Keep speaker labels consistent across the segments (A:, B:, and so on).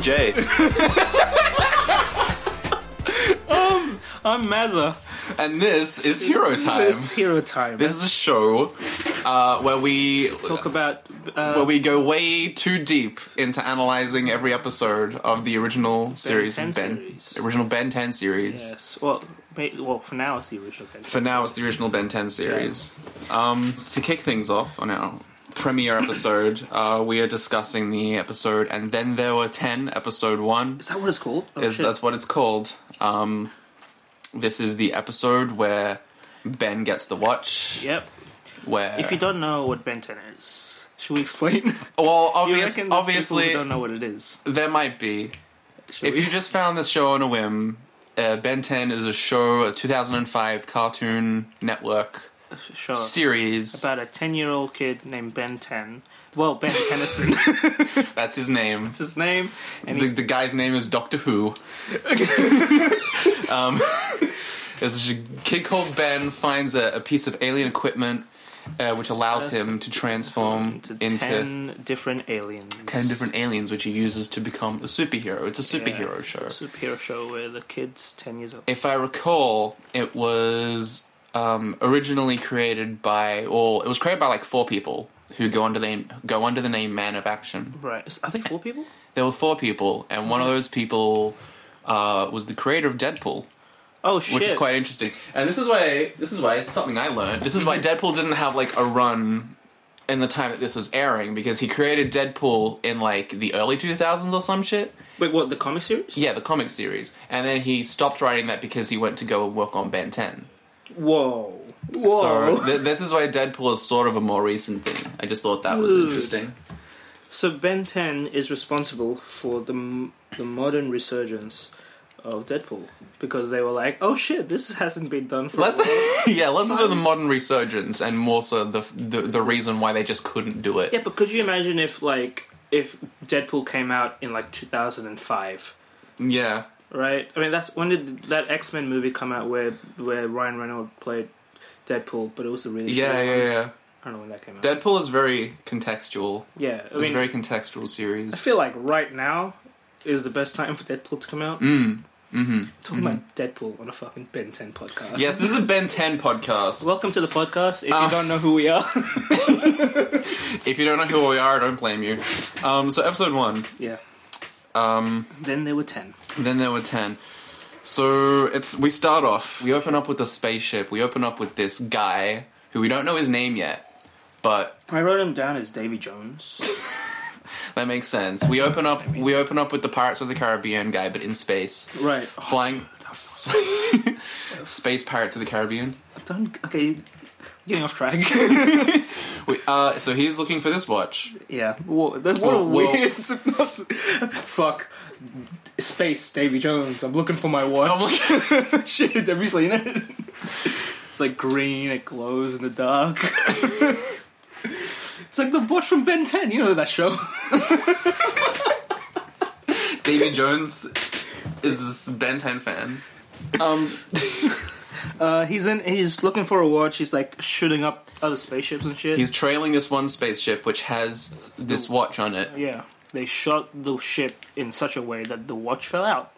A: Jay.
B: I'm Mazza.
A: and this is Hero Time.
B: It's hero time.
A: This is a show uh, where we
B: talk about uh,
A: where we go way too deep into analyzing every episode of the original series
B: 10
A: of Ben
B: series.
A: original Ben 10 series.
B: yes. Well, ma- well, for now it's the original. Ken.
A: For now, it's the original Ben 10 series. Um, to kick things off on our premiere episode, uh, we are discussing the episode, and then there were 10, episode 1.
B: Is that what it's called? Oh,
A: is
B: shit.
A: that's what it's called. Um, this is the episode where Ben gets the watch.
B: Yep.
A: Where
B: If you don't know what Ben 10 is, should we explain?
A: well,
B: You
A: obvious,
B: reckon there's people
A: obviously
B: who don't know what it is.
A: there might be.
B: Should
A: If
B: we?
A: you just found this show on a whim, uh, Ben 10 is a show, a 2005 Cartoon Network
B: sure.
A: series.
B: about a 10 year old kid named Ben 10. Well, Ben Tennyson
A: That's his name.
B: is his name, and
A: The,
B: he,
A: the guy's name is Doctor Who. um, there's a kid called Ben finds a, a piece of alien equipment uh, which allows him to transform
B: to
A: into
B: 10 different aliens.
A: 10 different aliens which he uses to become a superhero. It's a superhero show.
B: It's a superhero show where the kid's 10 years old.
A: if I recall, it was um, originally created by, or it was created by like four people who go under the name, go under the name Man of Action.
B: Right. Is- I think four people?
A: There were four people, and one of those people uh, was the creator of Deadpool,
B: Oh, shit.
A: which is quite interesting. And this is why this is why it's something I learned. This is why Deadpool didn't have like a run in the time that this was airing because he created Deadpool in like the early 2000s or some shit.
B: Wait, what, the comic series?
A: Yeah, the comic series. And then he stopped writing that because he went to go and work on Ben 10.
B: Whoa. Whoa.
A: So th- this is why Deadpool is sort of a more recent thing. I just thought that was
B: Dude.
A: interesting.
B: So Ben 10 is responsible for the m- the modern resurgence of Deadpool because they were like, "Oh shit, this hasn't been done for."
A: Let's
B: a while."
A: yeah, let's do the modern resurgence and more so the, the the reason why they just couldn't do it.
B: yeah, but could you imagine if like if Deadpool came out in like 2005,
A: Yeah,
B: right? I mean, that's when did that X Men movie come out where where Ryan Reynolds played Deadpool, but it was a really
A: yeah,
B: short
A: yeah.
B: one?
A: yeah.
B: I don't know when that came out.
A: Deadpool is very contextual.
B: yeah, I
A: It's
B: mean,
A: a very contextual
B: I
A: series.
B: feel like right now is the best time for Deadpool to come out.
A: Mm. Mm-hmm.
B: Talking about Deadpool on a fucking Ben 10 podcast. Ah.
A: Yes, this is a Ben 10 podcast.
B: Welcome to the podcast. If
A: Uh.
B: you don't know who we are,
A: if you don't know who we are, I don't blame you. Um, so episode one.
B: yeah.
A: Um,
B: Then there were ten.
A: Then there were ten. So it's we start off. We open up with a spaceship. We open up with this guy who we don't know his name yet, but
B: I wrote him down as Davy Jones.
A: that makes sense. We open up. We open up with the Pirates of the Caribbean guy, but in space,
B: right.
A: flying. space Pirates of the Caribbean.
B: Don't. Okay. Getting off track.
A: We, uh, so he's looking for this watch.
B: yeah. Whoa, that, what
A: Well,
B: a
A: well-
B: weird. synopsis. Fuck. Space Davy Jones. I'm looking for my
A: I'm
B: watch.
A: looking-
B: Shit. Have you seen it? It's like green. It glows in the dark. it's like the watch from Ben 10. You know that show.
A: Davy Jones is a Ben 10 fan. Um,
B: Uh, he's in. He's looking for a watch. He's like shooting up other spaceships and shit.
A: he's trailing this one spaceship which has this watch on it.
B: Yeah. They shot the ship in such a way that the watch fell out.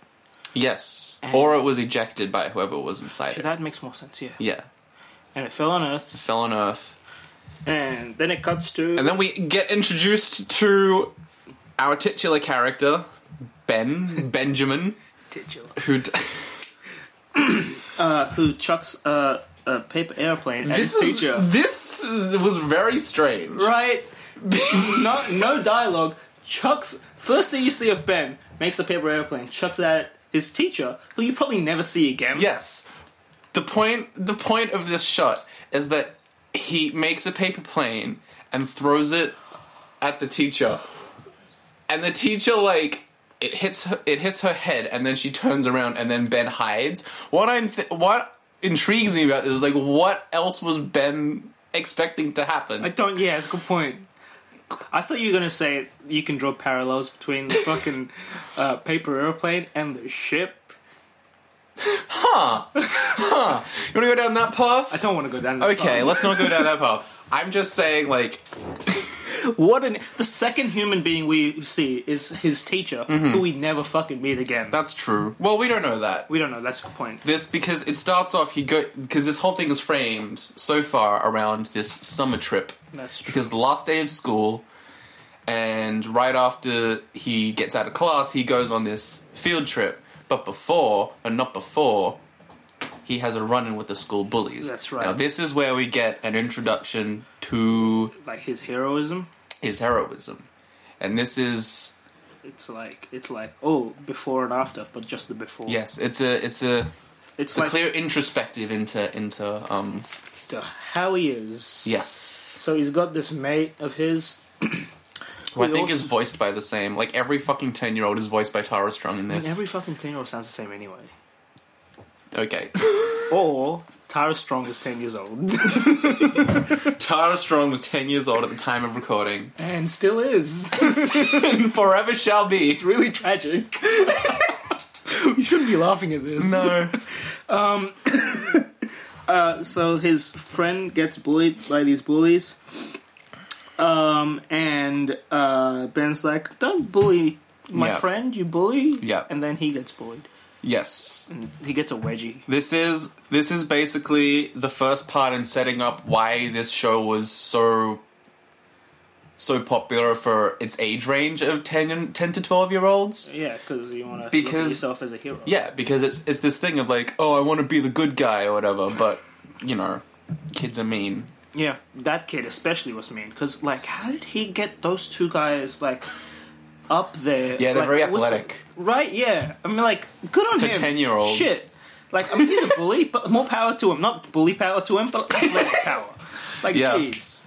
A: Yes.
B: And-
A: or it was ejected by whoever was inside it.
B: That makes more sense, yeah.
A: Yeah.
B: And it fell on Earth.
A: Fell on Earth.
B: And then it cuts to.
A: And then we get introduced to our titular character, Ben, Benjamin,
B: Titular.
A: who. D-
B: Uh, who chucks a, a paper airplane at
A: this,
B: his
A: is,
B: teacher.
A: this was very strange.
B: Right? no, no dialogue. Chucks. First thing you see of Ben makes a paper airplane, chucks it at his teacher, who you probably never see again.
A: Yes. The point, the point of this shot is that he makes a paper plane and throws it at the teacher. And the teacher, like, it hits her, it hits her head, and then she turns around, and then Ben hides. What I'm, th- what intrigues me about this is like, what else was Ben expecting to happen?
B: I don't. Yeah, it's a good point. I thought you were gonna say you can draw parallels between the fucking uh, paper airplane and the ship.
A: you want to go down that path?
B: I don't want to go down. That
A: Okay,
B: path.
A: let's not go down that path. I'm just saying, like,
B: What an the second human being we see is his teacher,
A: Mm-hmm.
B: who we never fucking meet again.
A: That's true. Well, we don't know that.
B: we don't know. That's the point.
A: This because it starts off he go because this whole thing is framed so far around this summer trip
B: That's true.
A: because the last day of school and right after he gets out of class he goes on this field trip but before and not before he has a run in with the school bullies.
B: That's right.
A: Now this is where we get an introduction to
B: like his heroism.
A: his heroism. And this is
B: It's like it's like oh before and after, but just the before.
A: yes, it's a it's a
B: it's
A: it's a
B: like
A: clear introspective into into um
B: the how he is.
A: yes.
B: So he's got this mate of his.
A: Who I
B: We
A: think
B: also-
A: is voiced by the same. Like every fucking ten year old is voiced by Tara Strong in
B: And
A: this.
B: every fucking ten year old sounds the same anyway.
A: Okay,
B: Or Tara Strong is ten years old
A: Tara Strong was ten years old at the time of recording,
B: and still is.
A: and forever shall be.
B: It's really tragic. you shouldn't be laughing at this.
A: No,
B: so his friend gets bullied by these bullies. Um, and uh, Ben's like, "Don't bully my
A: Yeah.
B: friend, you bully."
A: Yeah.
B: And then he gets bullied.
A: yes,
B: He gets a wedgie.
A: this is this is basically the first part in setting up why this show was so so popular for its age range of 10, and- 10 to twelve year olds.
B: Yeah, because you want to look at
A: Because-
B: yourself as a hero.
A: Yeah, because it's it's this thing of like, oh, I want to be the good guy or whatever, but you know, kids are mean.
B: Yeah, that kid especially was mean because, like, how did he get those two guys like up there?
A: Yeah, they're
B: Like,
A: very
B: was-
A: athletic.
B: right? Yeah, I mean, like, good on
A: For
B: him.
A: 10-year-olds.
B: shit. Like, I mean, he's a bully, but more power to him. Not bully power to him, but athletic power. Like,
A: Yeah.
B: jeez,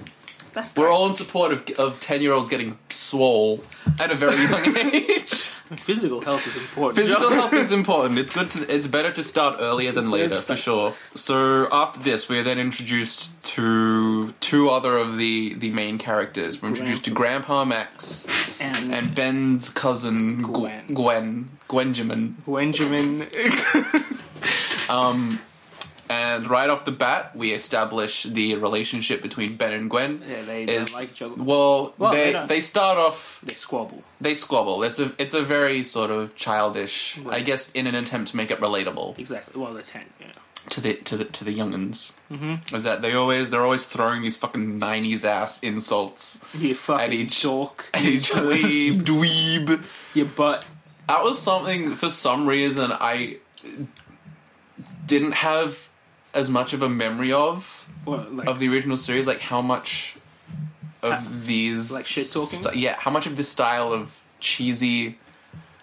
B: That
A: We're
B: guy-
A: all in support of of ten year olds getting swole at a very young age.
B: physical health is important.
A: Physical health is important. It's good. To, it's better to start earlier than later,
B: It's
A: for
B: like-
A: sure. So after this, we're then introduced to two other of the the main characters. We're introduced to Grandpa Max
B: and,
A: and Ben's cousin
B: Gwen.
A: Gwen Gwen Gwenjamin.
B: Benjamin.
A: And right off the bat, we establish the relationship between Ben and Gwen.
B: Yeah, they don't
A: is,
B: like each other.
A: Well,
B: Well, they
A: they
B: don't.
A: they start off
B: they squabble.
A: they squabble. It's a it's a very sort of childish, I
B: Right.
A: guess, in an attempt to make it relatable
B: Exactly. Well, they're ten. Yeah.
A: to the to the to the younguns. Mm-hmm. Is that they always they're always throwing these fucking nineties ass insults
B: You fucking
A: And each-
B: dork.
A: at each dweeb dweeb.
B: Your butt.
A: That was something for some reason I didn't have as much of a memory of
B: Well, like, Uh,
A: of the original series, like how much of these
B: like shit talking?
A: st- yeah, how much of this style of cheesy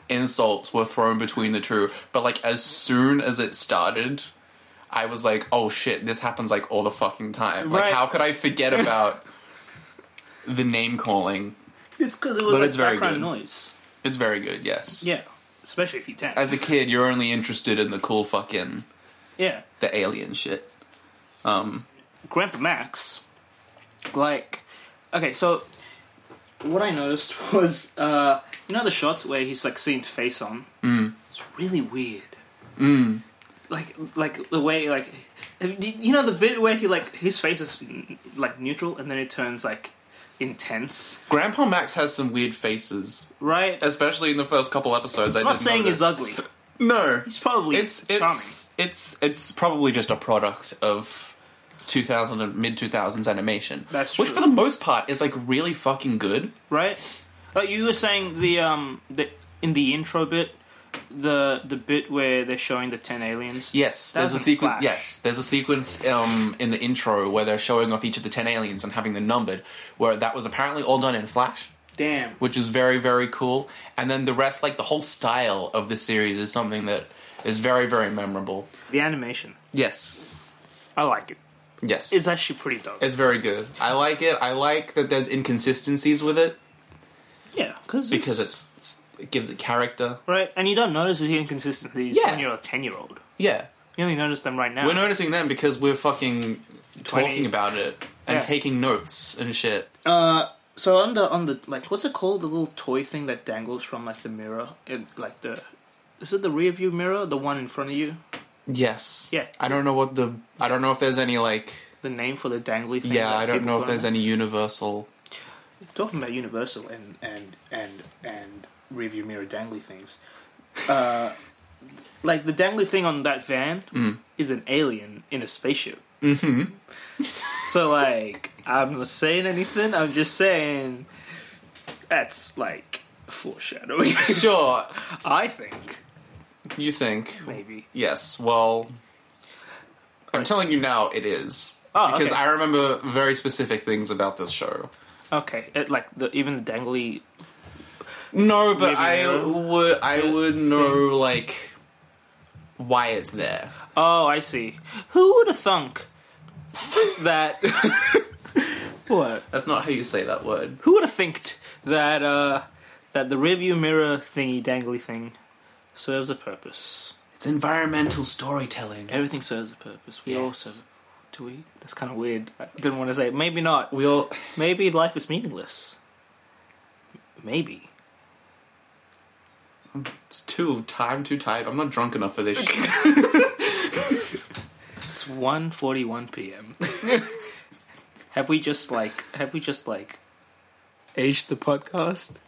A: insults were thrown between the two? But like as soon as it started, I was like, oh shit, this happens like all the fucking time.
B: Right.
A: Like how could I forget about the name calling?
B: it's because it was
A: but
B: like
A: it's very
B: background
A: good.
B: noise.
A: It's very good, yes.
B: Yeah, especially if you ten.
A: As a kid, you're only interested in the cool fucking
B: yeah,
A: the alien shit. Um,
B: Grandpa Max. Like, okay, so what I noticed was, uh, you know, the shots where he's like seeing face on. Mm. It's really weird. Mm. Like, like the way, like, have- do you know, the bit where he like his face is mm, like neutral and then it turns like intense,
A: Grandpa Max has some weird faces,
B: right?
A: especially in the first couple episodes. I
B: I'm not
A: did
B: saying he's
A: notice.
B: ugly.
A: No,
B: He's probably
A: it's
B: charming.
A: it's it's it's probably just a product of 2000 and mid 2000s animation.
B: That's
A: Which
B: true.
A: for the most part is like really fucking good.
B: right? Like you were saying the um the in the intro bit, the the bit where they're showing the ten aliens.
A: Yes,
B: That
A: there's a
B: was in
A: sequence.
B: Flash.
A: Yes, there's a sequence um, in the intro where they're showing off each of the ten aliens and having them numbered. Where that was apparently all done in Flash,
B: Damn.
A: which is very very cool. And then the rest, like the whole style of the series, is something that is very very memorable.
B: The animation,
A: Yes,
B: I like it.
A: yes,
B: It's actually pretty dope.
A: it's very good. I like it. I like that there's inconsistencies with it.
B: yeah, cause
A: because it's, it's it gives it character.
B: right, and you don't notice the inconsistencies
A: Yeah.
B: when you're a ten year old.
A: Yeah,
B: You only notice them right now.
A: we're noticing them because we're fucking
B: Twenty.
A: talking about it and
B: Yeah.
A: taking notes and shit.
B: so on the on the like, what's it called? The little toy thing that dangles from like the mirror, in, like the. Is it the rear view mirror, the one in front of you?
A: Yes.
B: Yeah.
A: I don't know what the I don't know if there's any like
B: The name for the dangly thing.
A: yeah
B: that
A: I don't
B: people
A: know
B: go
A: if there's
B: on?
A: any universal
B: talking about Universal and and and and review mirror dangly things. Uh, like the dangly thing on that van is an alien in a spaceship.
A: Mm-hmm.
B: So like, I'm not saying anything. I'm just saying that's like foreshadowing.
A: Sure.
B: I think
A: You think?
B: maybe.
A: Yes. Well, I'm telling you now, it is
B: Oh,
A: because
B: okay.
A: I remember very specific things about this show.
B: Okay, it, like the even the dangly.
A: No, but
B: Maybe
A: I
B: no.
A: would I
B: Yeah.
A: would know like why it's there.
B: Oh, I see. Who would have thunk that? what?
A: That's not how you say that word.
B: Who would have thinked that uh, that the rearview mirror thingy dangly thing serves a purpose?
A: It's environmental storytelling.
B: Everything serves a purpose. We all
A: Yes.
B: serve. Do we? That's kind of weird. I didn't want to say. it. Maybe not.
A: We all
B: Maybe life is meaningless. Maybe.
A: it's too time too tight. I'm not drunk enough for this shit.
B: It's 1.41 p.m. have we just like have we just like aged the podcast?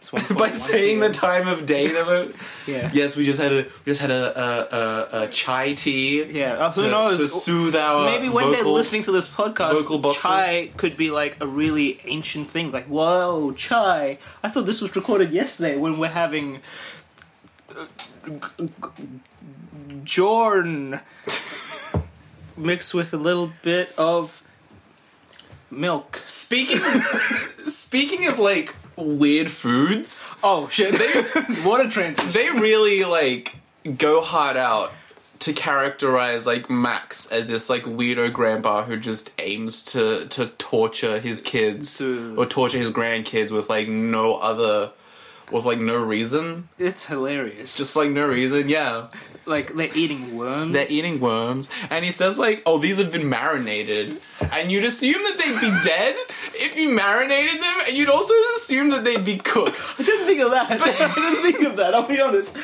B: It's 1.41
A: By saying the
B: PM.
A: time of day that we're
B: yeah.
A: Yes, we just had a we just had a a, a, a chai tea.
B: Yeah, Oh, who
A: To,
B: knows?
A: to soothe our
B: Maybe when they're
A: Uh, vocal-
B: listening to this podcast,
A: vocal boxes.
B: chai could be like a really ancient thing. Like, whoa, chai! I thought this was recorded yesterday when we're having uh, g- g- jorn mixed with a little bit of milk.
A: Speaking speaking of like weird foods,
B: Oh shit! what a transition.
A: they really like go hard out to characterize like Max as this like weirdo grandpa who just aims to to torture his kids
B: Dude.
A: or torture his grandkids with like no other with like no reason.
B: It's hilarious.
A: Just like no reason, yeah.
B: like they're eating worms.
A: They're eating worms, and he says like, "Oh, these have been marinated," and you'd assume that they'd be dead if you marinated them, and you'd also assume that they'd be cooked.
B: I didn't think of that. I didn't think of that. I'll be honest.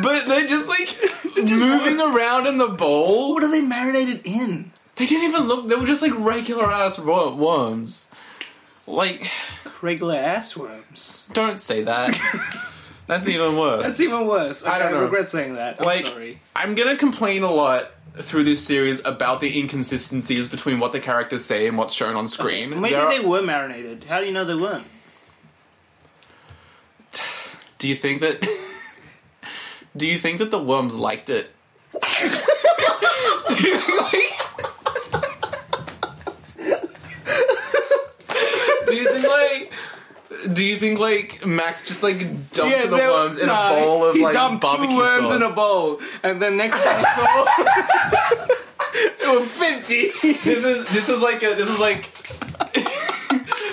A: But they're just like moving around in the bowl.
B: What are they marinated in?
A: They didn't even look; they were just like regular ass wor- worms. Like,
B: Regular ass worms.
A: don't say that. That's even worse.
B: That's even worse. Okay, I
A: don't know.
B: regret saying that. I'm
A: like
B: sorry.
A: I'm gonna complain a lot through this series about the inconsistencies between what the characters say and what's shown on screen.
B: Maybe
A: There are-
B: they were marinated. How do you know they weren't?
A: Do you think that? do you think that the worms liked it? Do you like? do you think like? Do you think like Max just like dumped the worms in a bowl of
B: he
A: like
B: dumped
A: barbecue
B: two worms
A: sauce?
B: in a bowl, and then next thing he saw, it was fifty.
A: This is this is like a this is like.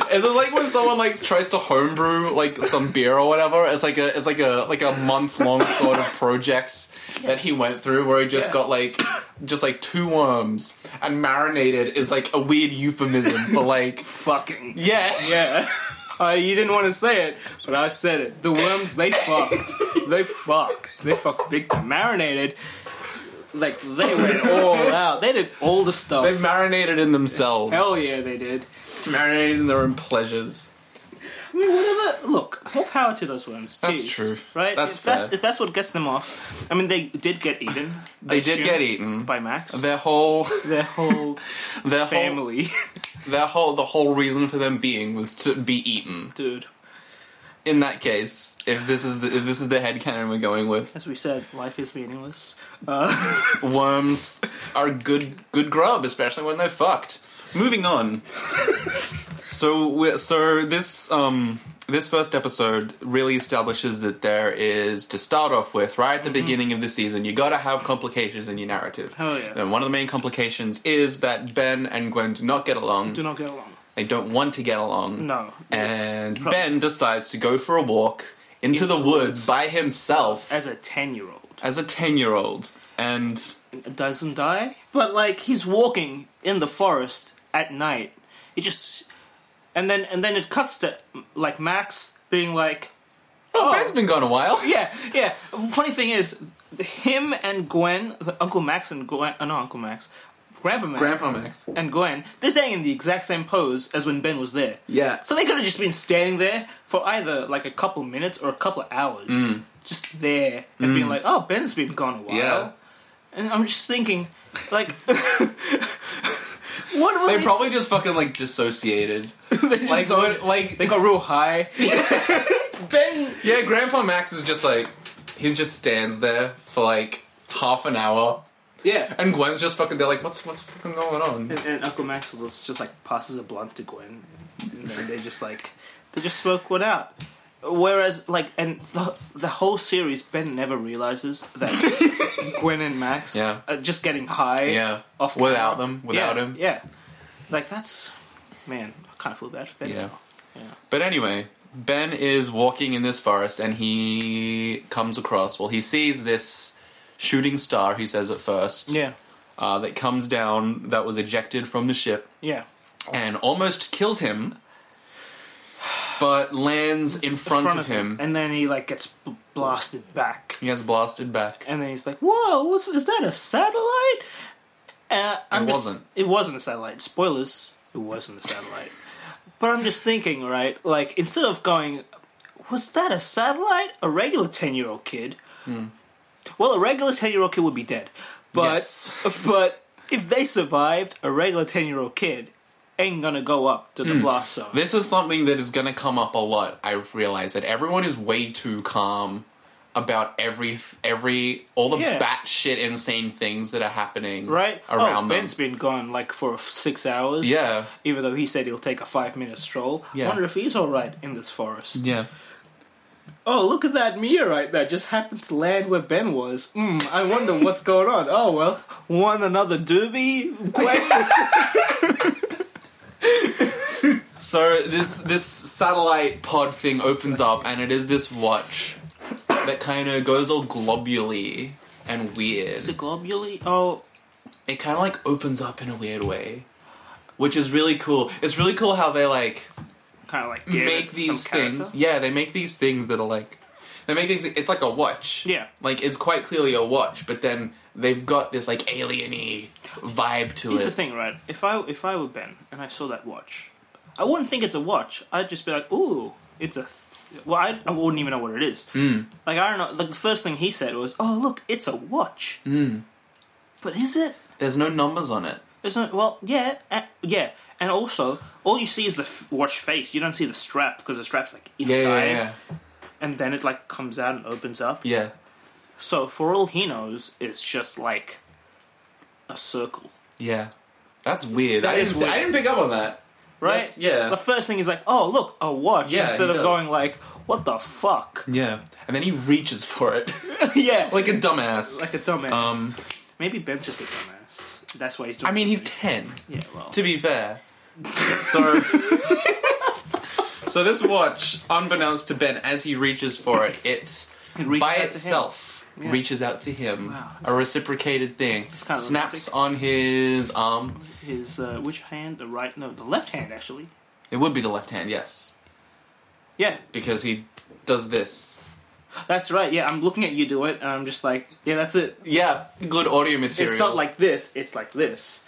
A: This is like when someone like tries to homebrew like some beer or whatever. It's like a it's like a like a month long sort of project that he went through where he just
B: Yeah.
A: got like just like two worms and marinated is like a weird euphemism for like
B: Fucking
A: yeah
B: yeah. Uh, you didn't want to say it, but I said it. The worms, they fucked. They fucked. They fucked big time. Marinated. Like, they went all out. They did all the stuff.
A: They marinated in themselves.
B: Hell yeah, they did.
A: marinated in their own pleasures.
B: I mean, whatever. Look, more power to those worms.
A: That's
B: Jeez.
A: true.
B: right?
A: That's
B: if that's
A: fair.
B: if that's what gets them off. I mean, they did get eaten.
A: They did get eaten.
B: by Max.
A: Their whole
B: Their whole
A: their whole
B: family,
A: their whole the whole reason for them being was to be eaten.
B: dude.
A: In that case, if this is the, if this is the headcanon we're going with,
B: As we said, life is meaningless. Uh,
A: worms are good good grub, especially when they're fucked. Moving on. so we so this um this first episode really establishes that there is to start off with right at the beginning of the season, you got to have complications in your narrative.
B: Mm-hmm. Hell yeah.
A: And one of the main complications is that Ben and Gwen do not get along.
B: do not get along.
A: they don't want to get along.
B: No,
A: And
B: Probably.
A: Ben decides to go for a walk into the woods by himself
B: as a ten-year-old,
A: as a 10 year old. And
B: it doesn't die. But like, he's walking in the forest at night. It just, and then and then it cuts to like Max being like,
A: oh,
B: Oh.
A: Ben's been gone a while.
B: Yeah, yeah. Funny thing is, him and Gwen, Uncle Max and Gwen, uh, no, Uncle Max, Grandpa Max,
A: Grandpa Max.
B: and Gwen, they're staying in the exact same pose as when Ben was there.
A: Yeah.
B: So they could have just been standing there for either like a couple minutes or a couple hours, just there and being like, "Oh, Ben's been gone a while,"
A: Yeah.
B: and I'm just thinking, like, what was
A: They probably just fucking like dissociated.
B: they just
A: Like,
B: saw
A: what-
B: it-
A: like
B: They got real high. ben,
A: yeah, Grandpa Max is just like he just stands there for like half an hour,
B: yeah.
A: and Gwen's just fucking. They're like, what's what's fucking going on?
B: And, and Uncle Max was just like passes a blunt to Gwen, and then they just like they just smoke one out. Whereas like and the, the whole series, Ben never realizes that Gwen and Max
A: Yeah.
B: are just getting high.
A: Yeah,
B: Off
A: without
B: camera.
A: them, without
B: Yeah,
A: him.
B: Yeah, like that's man, I kind of feel bad for Ben.
A: Yeah.
B: now.
A: But anyway, Ben is walking in this forest and he comes across, well, he sees this shooting star, he says at first,
B: yeah,
A: uh, that comes down, that was ejected from the ship,
B: yeah.
A: and almost kills him, but lands in front, of him.
B: and then he like gets bl- blasted back.
A: He gets blasted back.
B: and then he's like, "Whoa, what's, is that a satellite?" Uh, I'm
A: It
B: just-
A: wasn't.
B: It wasn't a satellite. Spoilers. It wasn't a satellite. but I'm just thinking, right? Like instead of going, "Was that a satellite?" A regular ten-year-old kid.
A: Hmm.
B: Well, a regular ten-year-old kid would be dead. But
A: Yes.
B: but if they survived, a regular ten-year-old kid ain't gonna go up
A: Hmm.
B: to the blast zone.
A: This is something that is going to come up a lot. I've realized that everyone is way too calm about every every all the
B: Yeah.
A: batshit insane things that are happening
B: Right?
A: around
B: oh,
A: them.
B: Ben's been gone like for six hours.
A: Yeah.
B: even though he said he'll take a five minute stroll.
A: Yeah.
B: Wonder if he's alright in this forest.
A: Yeah.
B: Oh, look at that meteorite that just happened to land where Ben was. Hmm, I wonder what's going on. Oh well, one another doobie. Gwen-
A: So this this satellite pod thing opens up, and it is this watch that kind of goes all globuly and weird.
B: Is it globally? Oh,
A: It kind of like opens up in a weird way, which is really cool. It's really cool how they like
B: kind of like gave it
A: make
B: some
A: these
B: character.
A: things. Yeah, they make these things that are like they make things. It's like a watch.
B: Yeah.
A: like it's quite clearly a watch, but then they've got this like alieny vibe to
B: Here's
A: it.
B: the thing, right? If I if I were Ben and I saw that watch, I wouldn't think it's a watch. I'd just be like, "Ooh, it's a." Th-. Well, I, I wouldn't even know what it is.
A: Hmm.
B: Like I don't know. Like the first thing he said was, "Oh, look, it's a watch."
A: Hmm.
B: But is it?
A: There's no numbers on it.
B: There's no. Well, yeah, uh, yeah. And also, all you see is the f- watch face. You don't see the strap because the strap's like inside,
A: Yeah, yeah, yeah,
B: and then it like comes out and opens up.
A: yeah.
B: So for all he knows, it's just like a circle.
A: Yeah. That's weird.
B: That
A: I
B: is
A: didn't,
B: weird.
A: I didn't pick up on that.
B: right?
A: That's- yeah.
B: The first thing is like, oh look, a watch.
A: Yeah,
B: instead
A: he
B: of
A: does.
B: going like, what the fuck?
A: Yeah. And then he reaches for it.
B: yeah, like,
A: like a dumbass.
B: a dumbass.
A: um
B: Maybe Ben's just a dumbass. That's why he's doing.
A: I mean he's
B: it.
A: ten,
B: yeah, well,
A: to be fair. So So this watch, unbeknownst to Ben, as he reaches for it, it
B: It reaches
A: by
B: out to him.
A: itself
B: Yeah.
A: reaches out to him.
B: Wow.
A: A reciprocated thing.
B: kind of
A: snaps on his arm.
B: his uh, which hand? The right? No, the left hand actually.
A: It would be the left hand, yes.
B: Yeah,
A: Because he does this.
B: that's right. Yeah, I'm looking at you do it, and I'm just like, yeah, that's it.
A: Yeah, good audio material.
B: It's not like this. It's like this.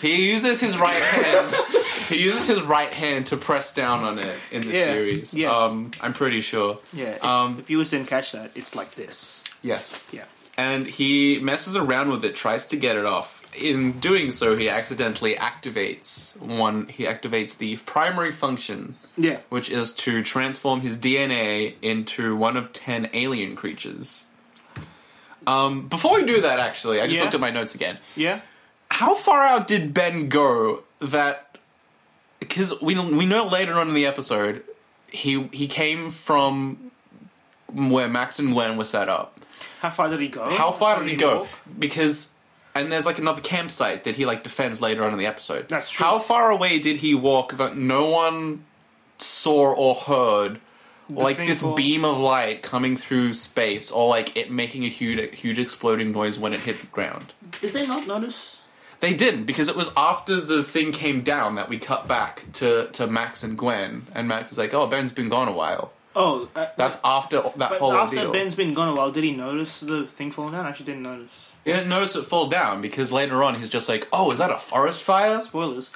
A: He uses his right hand. he uses his right hand to press down on it in the
B: Yeah,
A: series.
B: yeah.
A: Um, I'm pretty sure.
B: Yeah. If,
A: Um,
B: the viewers didn't catch that, it's like this.
A: Yes.
B: Yeah.
A: And he messes around with it, tries to get it off. In doing so, he accidentally activates one. He activates the primary function,
B: Yeah.
A: which is to transform his DNA into one of ten alien creatures. Um, before we do that, actually, I just
B: Yeah.
A: looked at my notes again.
B: Yeah.
A: how far out did Ben go that because we we know later on in the episode he he came from where Max and Gwen were set up.
B: How far did he go?
A: How far did he go?
B: walk?
A: Because and there's like another campsite that he like defends later on in the episode.
B: That's true.
A: How far away did he walk that no one saw or heard? like
B: thing
A: this
B: called-
A: beam of light coming through space, or like it making a huge, huge exploding noise when it hit the ground.
B: Did they not notice?
A: They didn't because it was after the thing came down that we cut back to to Max and Gwen, and Max is like, "Oh, Ben's been gone a while,"
B: Oh, uh,
A: That's after that
B: but
A: whole
B: after
A: ordeal.
B: Ben's been gone a while, did he notice the thing falling down? I actually didn't notice.
A: You didn't notice it fall down because later on he's just like, "Oh, is that a forest fire?"
B: Spoilers.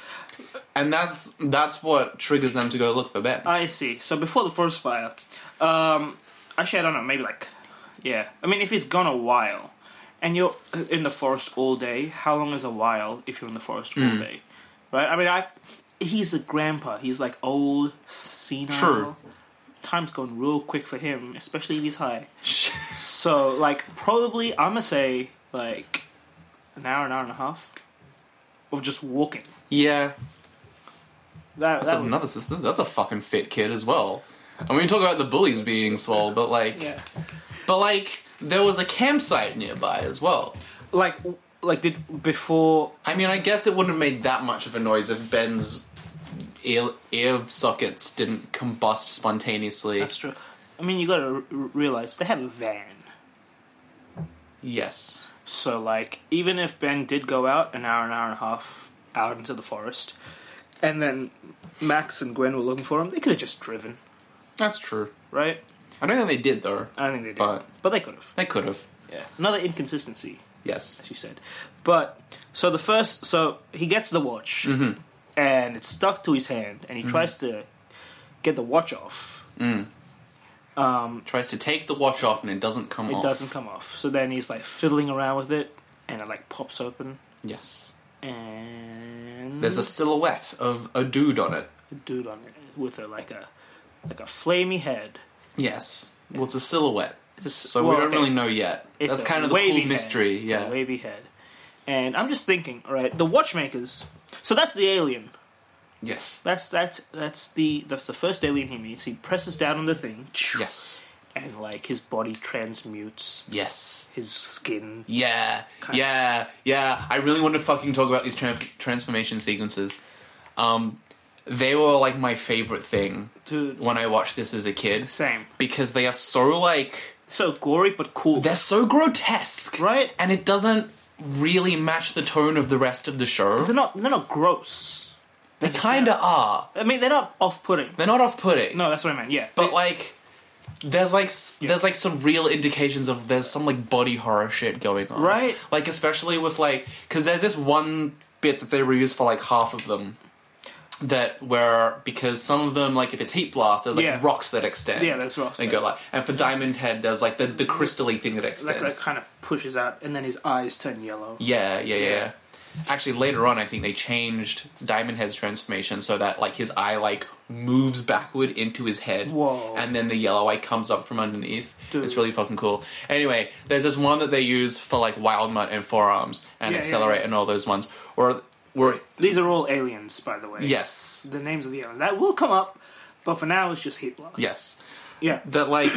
A: And that's that's what triggers them to go look for Ben.
B: I see. So before the forest fire, um, actually, I don't know. Maybe like, yeah. I mean, if it's gone a while, and you're in the forest all day, how long is a while if you're in the forest
A: Hmm.
B: all day, right? I mean, I. He's a grandpa. He's like old, senile.
A: True.
B: Time's gone real quick for him, especially if he's high. So, like, probably I'm gonna say like an hour, an hour and a half of just walking.
A: yeah,
B: That
A: that's
B: that would-
A: another. That's that's a fucking fit kid as well. And we talk about the bullies being small, but like,
B: yeah.
A: but like, there was a campsite nearby as well.
B: Like, like did before
A: I mean, I guess it wouldn't have made that much of a noise if Ben's ear, ear sockets didn't combust spontaneously.
B: That's true. I mean, you gotta r- r- realize they had a van.
A: yes.
B: So, like, even if Ben did go out an hour, an hour and a half out into the forest, and then Max and Gwen were looking for him, they could have just driven,
A: That's true.
B: right?
A: I don't think they did though.
B: I don't think they did.
A: But-
B: they could have.
A: They could have.
B: Yeah. Another inconsistency,
A: Yes.
B: as you said. But, so the first, so he gets the watch, and it's stuck to his hand, and he tries to get the watch off. Um,
A: Tries to take the watch off and it doesn't come
B: It
A: off.
B: doesn't come off. So then he's, like, fiddling around with it, and it, like, pops open.
A: Yes.
B: and
A: There's a silhouette of a dude on it.
B: dude on it with a like a like a flamey head.
A: Yes. Well, it's a silhouette.
B: It's a s-
A: So
B: well,
A: we don't
B: okay,
A: really know yet.
B: it's
A: That's
B: a
A: kind of the
B: wavy
A: cool
B: head.
A: mystery.
B: It's a
A: Yeah.
B: wavy head. And I'm just thinking, all right, the watchmakers. So that's the alien.
A: Yes.
B: That's that's that's the that's the first alien he meets. He presses down on the thing,
A: Yes.
B: and like his body transmutes
A: Yes.
B: his skin.
A: Yeah, yeah, yeah. I really want to fucking talk about these tran transformation sequences. Um, they were like my favorite thing
B: Dude.
A: when I watched this as a kid
B: Same.
A: because they are so like
B: So gory but cool.
A: they're so grotesque,
B: Right.
A: And it doesn't really match the tone of the rest of the show.
B: they're not they're not gross.
A: They kind of are.
B: I mean, they're not off-putting.
A: They're not off-putting.
B: No, that's what I meant. Yeah,
A: but like there's like s
B: Yeah.
A: there's like some real indications of there's some like body horror shit going on
B: Right.
A: like especially with like because there's this one bit that they reuse for like half of them that where because some of them like if it's heat blast there's like
B: Yeah.
A: rocks that extend
B: Yeah, there's rocks
A: and
B: there.
A: go like and for diamond head there's like the the crystally thing that
B: like
A: extends
B: that kind of pushes out, and then his eyes turn yellow.
A: yeah, yeah, yeah, yeah. Actually, later on, I think they changed Diamond Head's transformation so that like his eye like moves backward into his head,
B: Whoa.
A: and then the yellow eye comes up from underneath. It's
B: Dude.
A: really fucking cool. Anyway, there's this one that they use for like Wild Mutt and Forearms and
B: Yeah, yeah,
A: Accelerate
B: yeah.
A: and all those ones. Or, or
B: These are all aliens, by the way.
A: yes,
B: The names of the aliens. That will come up, but for now it's just Heat Blast.
A: yes,
B: Yeah.
A: that like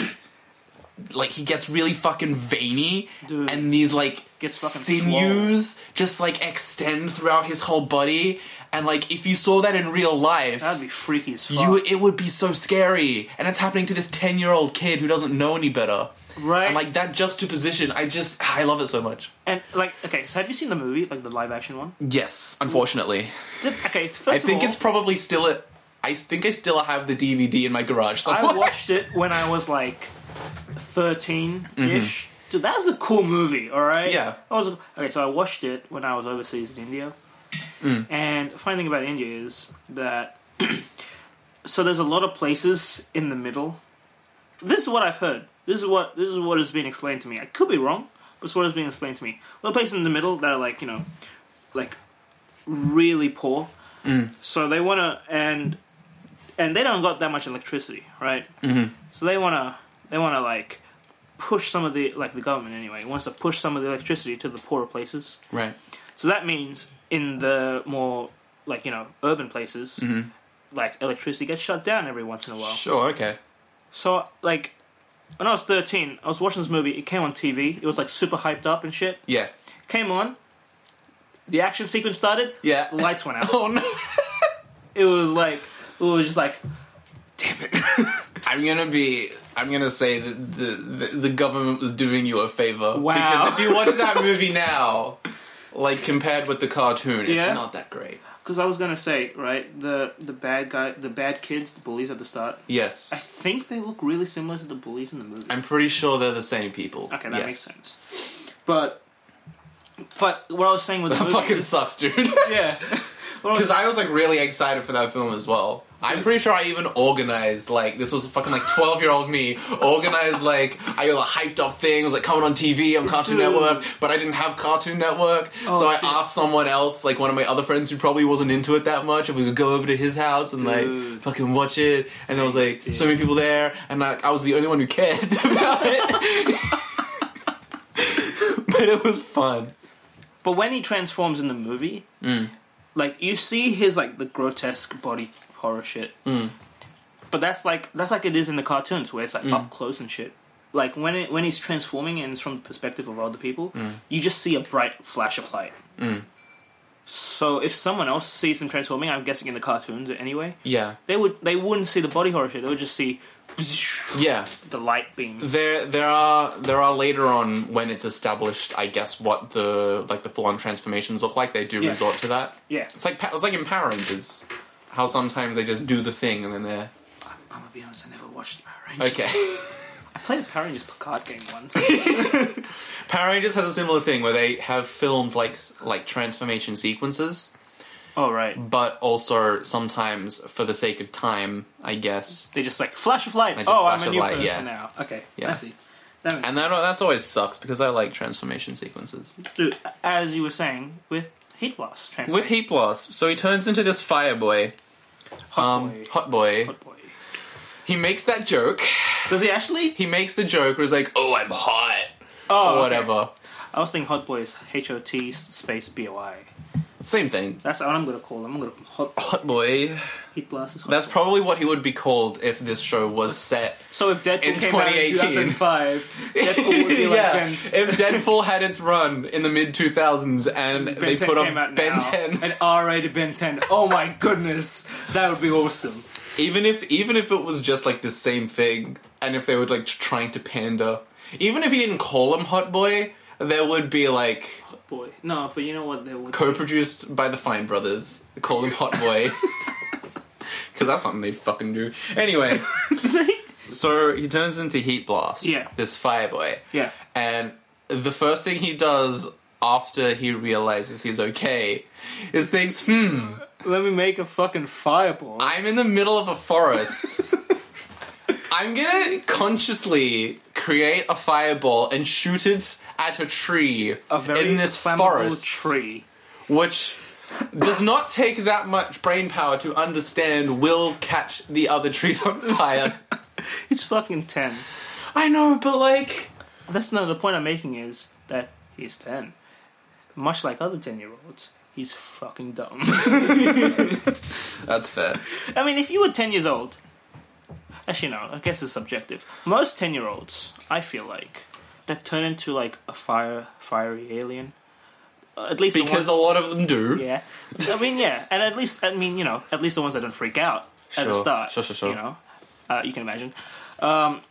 A: like he gets really fucking veiny
B: Dude.
A: and these like
B: Gets fucking
A: sinews just like extend throughout his whole body and like if you saw that in real life
B: That'd be freaky as fuck.
A: you it would be so scary and it's happening to this 10 year old kid who doesn't know any better
B: Right.
A: and like that juxtaposition i just i love it so much
B: and, like, okay, so have you seen the movie, like the live action one?
A: yes unfortunately
B: Did, okay, first
A: i
B: of
A: think
B: all,
A: it's probably still at i think i still have the dvd in my garage so
B: I watched it when I was like 13 ish. Dude, that was a cool movie, alright?
A: Yeah.
B: That was a, okay, so I watched it when I was overseas in India. And the funny thing about India is that. so there's a lot of places in the middle. This is what I've heard. This is what this is what has been explained to me. I could be wrong, but it's what has been explained to me. A lot of places in the middle that are like, you know, like really poor. So they want to, and and they don't got that much electricity, right? Mm-hmm. So they want to, they want to like push some of the, like the government anyway, wants to push some of the electricity to the poorer places.
A: right
B: So that means in the more, like you know, urban places, like electricity gets shut down every once in a while.
A: sure okay
B: So like. When I was 13, I was watching this movie. It came on TV. It was like super hyped up and shit.
A: yeah
B: Came on. The action sequence started.
A: yeah
B: The lights went out.
A: oh no
B: It was like it was just like
A: damn it. I'm gonna be. I'm gonna say that the, the the government was doing you a favor.
B: Wow.
A: Because if you watch that movie now, like compared with the cartoon, it's
B: Yeah.
A: not that great.
B: because I was gonna say right the the bad guy the bad kids the bullies at the start. I
A: Yes.
B: think they look really similar to the bullies in the movie.
A: I'm pretty sure they're the same people.
B: okay, that
A: yes.
B: makes sense. But but what I was saying with the
A: That
B: movie
A: fucking
B: is-
A: sucks, dude.
B: Yeah. What I was
A: Because I was like really excited for that film as well. I'm pretty sure I even organized like this was fucking like 12 year old me organized like I got a hyped up thing it was like coming on TV on Cartoon
B: Dude.
A: Network, but I didn't have Cartoon Network,
B: Oh,
A: so I
B: shit.
A: asked someone else, like one of my other friends who probably wasn't into it that much, if we could go over to his house and like
B: Dude.
A: fucking watch it. And there was like so many people there, and like I was the only one who cared about it. but it was fun.
B: But when he transforms in the movie,
A: Mm.
B: like you see his like the grotesque body horror shit.
A: Mm.
B: But that's like that's like it is in the cartoons where it's like
A: Mm.
B: up close and shit. Like when it when he's transforming and it's from the perspective of other people,
A: Mm.
B: you just see a bright flash of light. So if someone else sees him transforming, I'm guessing in the cartoons anyway,
A: Yeah,
B: they would they wouldn't see the body horror shit. They would just see
A: yeah.
B: the light beam.
A: There, there are there are later on when it's established, I guess, what the like the full on transformations look like. They do
B: Yeah.
A: resort to that.
B: Yeah,
A: It's like Pa- it's like in Power Rangers, how sometimes they just do the thing and then they're
B: I'm gonna be honest. I never watched Power Rangers.
A: okay.
B: I played a Power Rangers card game once.
A: Power Rangers has a similar thing where they have filmed like s- like transformation sequences,
B: oh right.
A: but also sometimes for the sake of time, I guess.
B: They just like flash of light.
A: just
B: Oh, I'm
A: flash
B: a
A: of
B: new
A: light,
B: person
A: yeah.
B: now. Okay,
A: Yeah.
B: I see. That makes
A: And that that's always sucks because I like transformation sequences.
B: Dude, as you were saying with heat loss, trans-
A: With Heat Blast, so he turns into this fire boy,
B: hot
A: um,
B: boy.
A: hot boy.
B: Hot boy.
A: He makes that joke.
B: Does he actually?
A: he makes the joke where he's like, "Oh, I'm hot"
B: Oh,
A: or
B: okay.
A: whatever.
B: I was thinking hot boy is H O T space B O I.
A: Same thing.
B: That's what I'm gonna call him. I'm gonna call him hot
A: Hot boy.
B: heat blast. Is hot
A: That's
B: boy.
A: probably what he would be called if this show was set.
B: so. If Deadpool
A: in
B: came out in
A: 2018.
B: 2005, Deadpool would be like Ben.
A: if Deadpool had its run in the mid 2000s and
B: Ben
A: they
B: 10
A: put on
B: came out
A: Ben
B: now.
A: 10,
B: An R-rated Ben 10. Oh my goodness, that would be awesome.
A: even if even if it was just like the same thing, and if they were like trying to pander, even if he didn't call him Hot Boy, there would be like
B: Hot boy. No, but you know what? They would.
A: co-produced by the Fine Brothers. Call him Hot Boy. Because that's something they fucking do. Anyway, so he turns into Heat Blast.
B: Yeah.
A: This Fire Boy.
B: yeah.
A: And the first thing he does after he realizes he's okay is thinks, hmm,
B: Let me make a fucking fireball.
A: I'm in the middle of a forest. I'm gonna consciously create a fireball and shoot it at a tree
B: a very
A: in this
B: flammable
A: forest.
B: tree.
A: which does not take that much brain power to understand will catch the other trees on fire.
B: It's fucking ten.
A: I know, but like
B: That's no. The point I'm making is that he's ten, much like other ten-year-olds. He's fucking dumb.
A: that's fair.
B: I mean, if you were ten years old, actually no. I guess it's subjective. Most ten-year-olds, I feel like, that turn into like a fire, fiery alien. Uh, at least the
A: Because a
B: ones,
A: lot of them do.
B: yeah. I mean, yeah, and at least I mean, you know, at least the ones that don't freak out at
A: Sure.
B: the start.
A: Sure, sure, sure.
B: You know, uh, you can imagine. Um,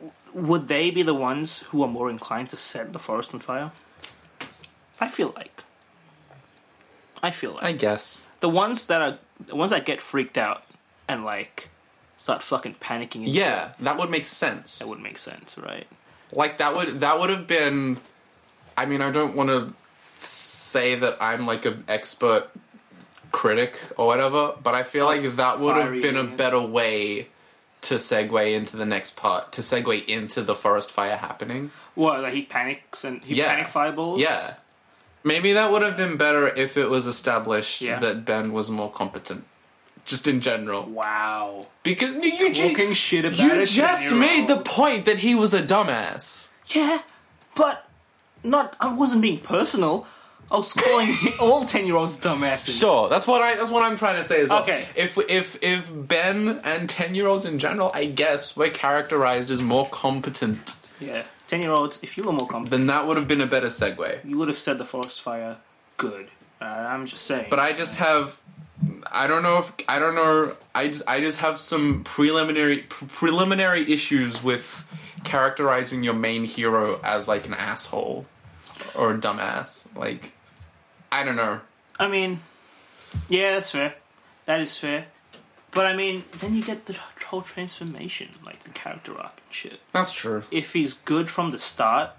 B: w- would they be the ones who are more inclined to set the forest on fire? I feel like. I feel like
A: I guess.
B: the ones that are the ones that get freaked out and like start fucking panicking. and shit,
A: Yeah, that would make sense.
B: that would make sense, right?
A: like that would that would have been I mean, I don't want to say that I'm like an expert critic or whatever, but I feel like that would have
B: fiery
A: been a
B: man.
A: better way to segue into the next part, to segue into the forest fire happening.
B: Well, like he panics and he
A: Yeah.
B: panic fireballs.
A: Yeah. Maybe that would have been better if it was established
B: Yeah.
A: that Ben was more competent. Just in general.
B: Wow.
A: Because you, ju-
B: Talking shit about
A: you
B: a
A: just
B: 10-year-old.
A: made the point that he was a dumbass.
B: Yeah, but not. I wasn't being personal. I was calling all ten-year-olds dumbasses.
A: Sure, that's what I that's what I'm trying to say as well.
B: Okay.
A: If if if Ben and 10-year-olds in general, I guess were characterized as more competent,
B: Yeah, ten-year-olds. If you were more competent,
A: then that would have been a better segue.
B: you would have said the forest fire good. Uh, I'm just saying.
A: but I just have I don't know if I don't know I just I just have some preliminary pre- preliminary issues with characterizing your main hero as like an asshole or a dumbass. Like I don't know.
B: I mean, Yeah, that's fair. That is fair. But I mean, then you get the whole transformation, like the character arc and shit.
A: That's true.
B: If he's good from the start,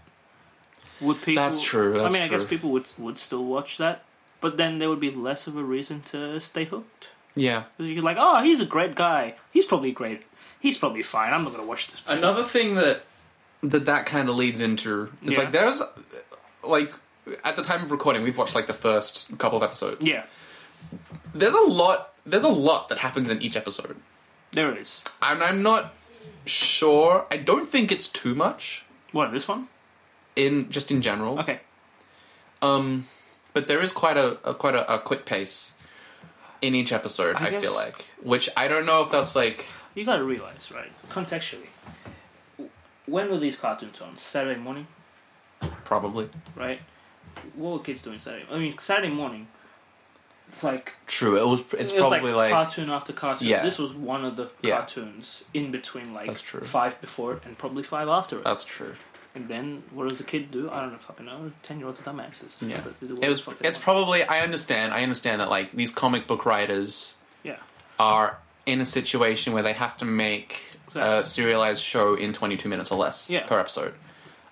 B: would people?
A: That's true,
B: I
A: that's
B: mean, I guess
A: true.
B: people would would still watch that, but then there would be less of a reason to stay hooked
A: Yeah.
B: because you're like, oh, he's a great guy. He's probably great. He's probably fine. I'm not gonna watch this.
A: Another thing that that that kind of leads into is
B: Yeah.
A: like there's like at the time of recording we've watched like the first couple of episodes.
B: Yeah,
A: There's a lot there's a lot that happens in each episode.
B: there is.
A: And I'm not sure. I don't think it's too much
B: What this one?
A: in just in general.
B: Okay.
A: Um but there is quite a, a quite a, a quick pace in each episode, I,
B: I
A: feel
B: guess-
A: like, which I don't know if that's like
B: You gotta realize, right? Contextually, w- when were these cartoons on? Saturday morning,
A: probably
B: right? What were kids doing Saturday? I mean, Saturday morning. It's like
A: true. It was it's
B: it was
A: probably
B: like,
A: like,
B: cartoon after cartoon.
A: Yeah.
B: This was one of the
A: Yeah.
B: cartoons in between, like
A: That's true. Uh,
B: five before it and probably five after it.
A: that's true.
B: and then what does the kid do? I don't know, fucking know. Ten year olds are dumbasses.
A: Yeah.
B: They do what
A: It
B: the
A: was
B: fuck they
A: it's
B: want.
A: probably I understand. I understand that like these comic book writers
B: yeah.
A: are in a situation where they have to make a
B: Exactly.
A: serialized show in 22 minutes or less
B: Yeah.
A: per episode.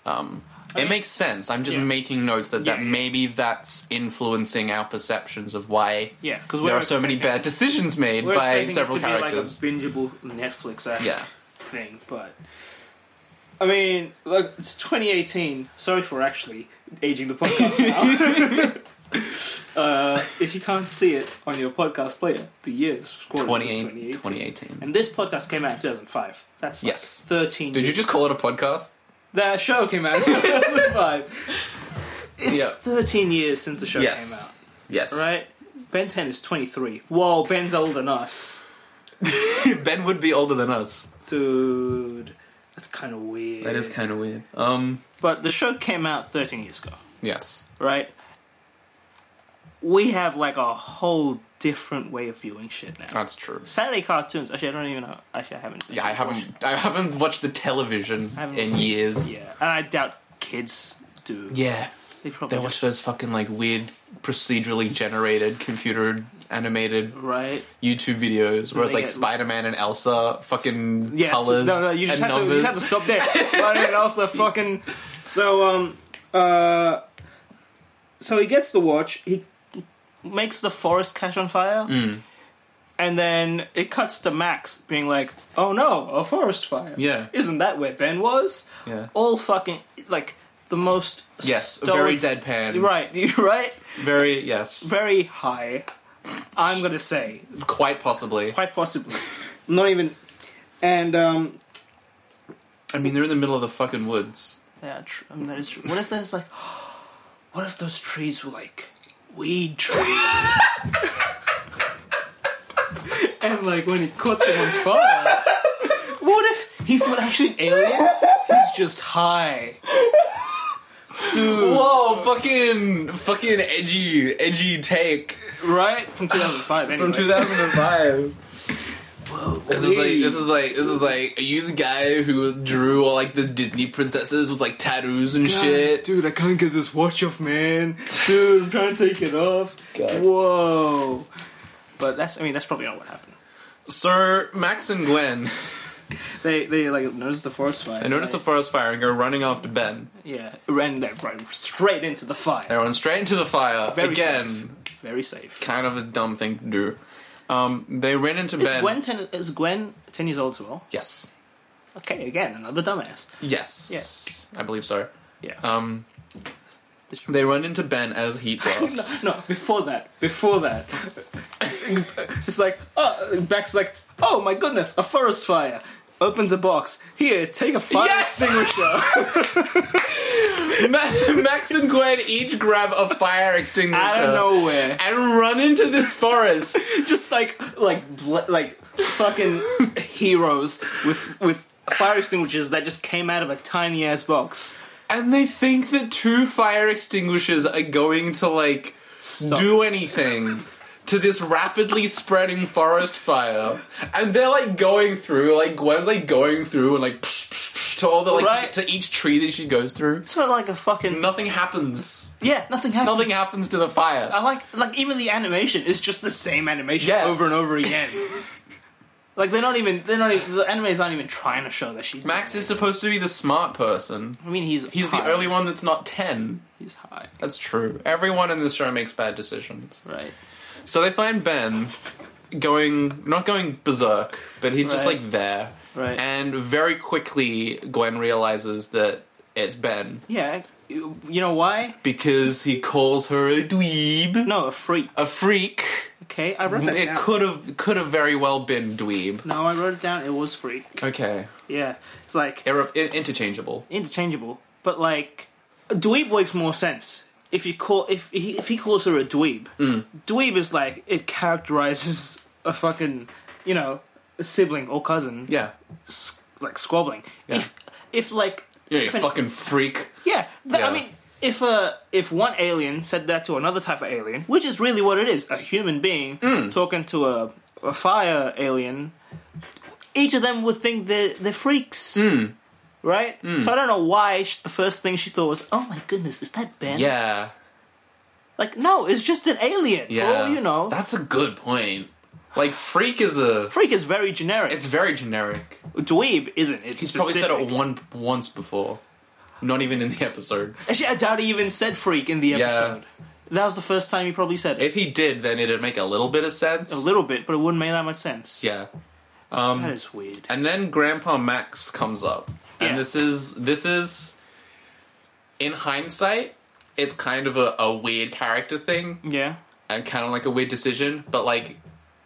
A: Um,
B: I
A: it
B: mean-
A: makes sense. I'm just
B: Yeah.
A: making notes that, that
B: Yeah, yeah.
A: maybe that's influencing our perceptions of why
B: Yeah, because
A: there are so many bad decisions made
B: we're
A: by
B: expecting
A: several
B: it to
A: characters.
B: be like a bingeable Netflix ass
A: Yeah.
B: thing, but I mean, look, it's 2018. Sorry for actually aging the podcast now. uh, if you can't see it on your podcast player, the year this was recorded was
A: 28
B: 2018.
A: 2018.
B: And this podcast came out in 2005. That's like
A: Yes.
B: 13
A: Did you
B: years.
A: just call it a podcast?
B: The show came out in 2005. It's
A: Yeah.
B: 13 years since the show
A: Yes. Yes.
B: came out, right? Ben 10 is 23. Whoa, Ben's older than us.
A: ben would be older than us.
B: Dude, that's kind of weird.
A: That is kind of weird. Um,
B: But the show came out 13 years ago,
A: yes.
B: right? We have like a whole different way of viewing shit now.
A: That's true.
B: Saturday cartoons. Actually, I don't even know. Actually, I haven't.
A: Yeah, I haven't. I haven't watched the television
B: haven't
A: in
B: seen-
A: years.
B: Yeah, and I doubt kids do.
A: Yeah.
B: they probably
A: They
B: just-
A: watch those fucking like weird procedurally generated computer animated
B: right.
A: YouTube videos where it's
B: They
A: like
B: get-
A: Spider Man and Elsa fucking
B: Yes.
A: colors
B: no, no, you just,
A: and
B: have to, you
A: numbers.
B: just have to stop there. But it also fucking. So, um, uh. So he gets the watch, he makes the forest catch on fire,
A: Hmm.
B: and then it cuts to Max being like, oh no, a forest fire.
A: Yeah.
B: Isn't that where Ben was?
A: Yeah.
B: All fucking. Like, the most.
A: Yes,
B: stoic-
A: very deadpan.
B: Right, you're right?
A: Very yes,
B: Very high. I'm gonna say.
A: quite possibly.
B: Quite possibly. Not even. And, um,
A: I mean, they're in the middle of the fucking woods.
B: Yeah, tr- I mean that is true. What if there's like, what if those trees were like weed trees? and like when he caught them on fire, what if he's not actually an alien? He's just high. Dude,
A: Whoa, fucking, fucking edgy, edgy take
B: right from 2005. Anyway.
A: from 2005.
B: Whoa,
A: This is like
B: weed.
A: this is like this is like are you the guy who drew all like the Disney princesses with like tattoos and shit?
B: Dude, I can't get this watch off, man. Dude, I'm trying to take it off.
A: God.
B: Whoa. But that's, I mean, that's probably not what happened.
A: So Max and Gwen,
B: They, they like noticed the forest fire.
A: they notice the forest fire and go running after Ben.
B: Yeah, ran there, ran straight into the fire.
A: They run straight into the fire
B: Very
A: Uh, again.
B: safe. Very safe.
A: Kind of a dumb thing to do. Um, they ran into
B: Is
A: Ben.
B: Gwen, ten, is Gwen 10 years old as well?
A: yes,
B: Okay, again, another dumbass.
A: yes, I believe so.
B: Yeah.
A: Um,
B: This-
A: they run into Ben as heat
B: no,
A: blast.
B: no, before that, before that. it's like, oh, Beck's like, oh my goodness, a forest fire. Opens a box. Here, take a fire
A: Yes!
B: extinguisher.
A: Ma- Max and Gwen each grab a fire extinguisher
B: Out of nowhere.
A: and run into this forest.
B: Just like, like, bl- like, fucking heroes with, with fire extinguishers that just came out of a tiny ass box.
A: And they think that two fire extinguishers are going to like
B: Stop.
A: do anything to this rapidly spreading forest fire. And they're like going through, like Gwen's like going through and like psh, psh, psh, to all the like
B: Right.
A: to each tree that she goes through.
B: It's not like a fucking
A: Nothing happens.
B: yeah. Nothing happens.
A: Nothing happens to the fire.
B: I like like even the animation is just the same animation
A: Yeah.
B: over and over again. like they're not even they're not even, the anime's not even trying to show that she's.
A: Max is supposed to be the smart person.
B: I mean, he's
A: He's
B: high.
A: the only one that's not ten.
B: He's high,
A: That's true. Everyone in this show makes bad decisions.
B: right?
A: So they find Ben going not going berserk, but he's just
B: Right.
A: like there.
B: Right.
A: And very quickly Gwen realizes that it's Ben
B: Yeah. You you know why?
A: because he calls her a dweeb.
B: No, a freak.
A: A freak.
B: Okay, I wrote that
A: It
B: down.
A: could have could have very well been dweeb.
B: No, I wrote it down. It was freak.
A: Okay.
B: Yeah, it's like
A: Irre- i- interchangeable.
B: interchangeable, but like a dweeb makes more sense. If you call if he, if he calls her a dweeb,
A: Mm.
B: dweeb is like it characterizes a fucking you know a sibling or cousin
A: Yeah.
B: s- like squabbling.
A: Yeah.
B: If if like
A: Yeah, you
B: if an-
A: fucking freak.
B: yeah, th-
A: Yeah.
B: I mean if uh if one alien said that to another type of alien, which is really what it is, a human being
A: Mm.
B: talking to a a fire alien, each of them would think they're they're freaks.
A: Mm.
B: Right, so I don't know why sh the first thing she thought was, "Oh my goodness, is that Ben?"
A: Yeah.
B: like no, it's just an alien.
A: Yeah.
B: For all you know,
A: That's a good point. Like freak is a
B: freak is very generic.
A: it's very generic.
B: dweeb isn't. It's
A: He's probably
B: specific.
A: said it one once before. Not even in the episode.
B: Actually, I doubt he even said freak in the
A: Yeah.
B: episode. That was the first time he probably said it.
A: If he did, then it'd make a little bit of sense.
B: A little bit, but it wouldn't make that much sense.
A: Yeah.
B: That is weird.
A: And then Grandpa Max comes up.
B: Yeah.
A: And this is this is in hindsight, it's kind of a, a weird character thing
B: Yeah.
A: and kind of like a weird decision, but like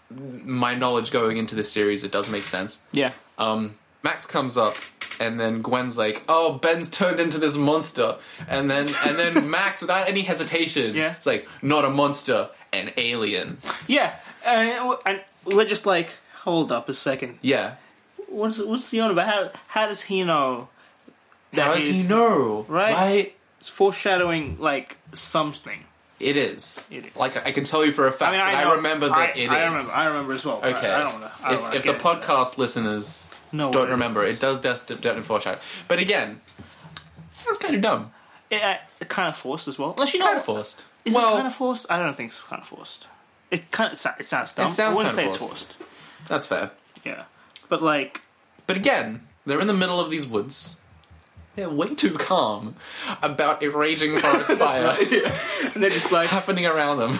A: my knowledge going into this series it does make sense.
B: Yeah.
A: um, Max comes up, and then Gwen's like, "Oh, Ben's turned into this monster," and then and then Max, without any hesitation,
B: Yeah.
A: it's like, "Not a monster, an alien."
B: Yeah. And, and we're just like, hold up a second.
A: Yeah,
B: What's what's he on about? How, how does he know that
A: how does
B: he's
A: he know?
B: Right.
A: Right?
B: it's foreshadowing like something?
A: It is.
B: It is.
A: Like I can tell you for a fact.
B: I mean, I,
A: that I,
B: know,
A: remember that
B: I,
A: it is.
B: I remember. I remember as well.
A: Okay.
B: I, I don't know. I don't
A: if
B: wanna
A: if the
B: get into that.
A: podcast listeners
B: No,
A: don't
B: it-
A: remember, it does def- def- definitely foreshadow. But again, sounds kind of dumb.
B: it, uh, it kind of forced as well. Unless you know,
A: Kind of forced.
B: Is
A: well,
B: it kind of forced? I don't think it's kind of forced. It kind of, it sounds dumb.
A: sounds
B: I wouldn't say
A: kinda
B: it's forced.
A: that's fair.
B: Yeah, but like,
A: But again, they're in the middle of these woods. They're way too calm about a raging forest fire
B: and they're just like,
A: happening around them.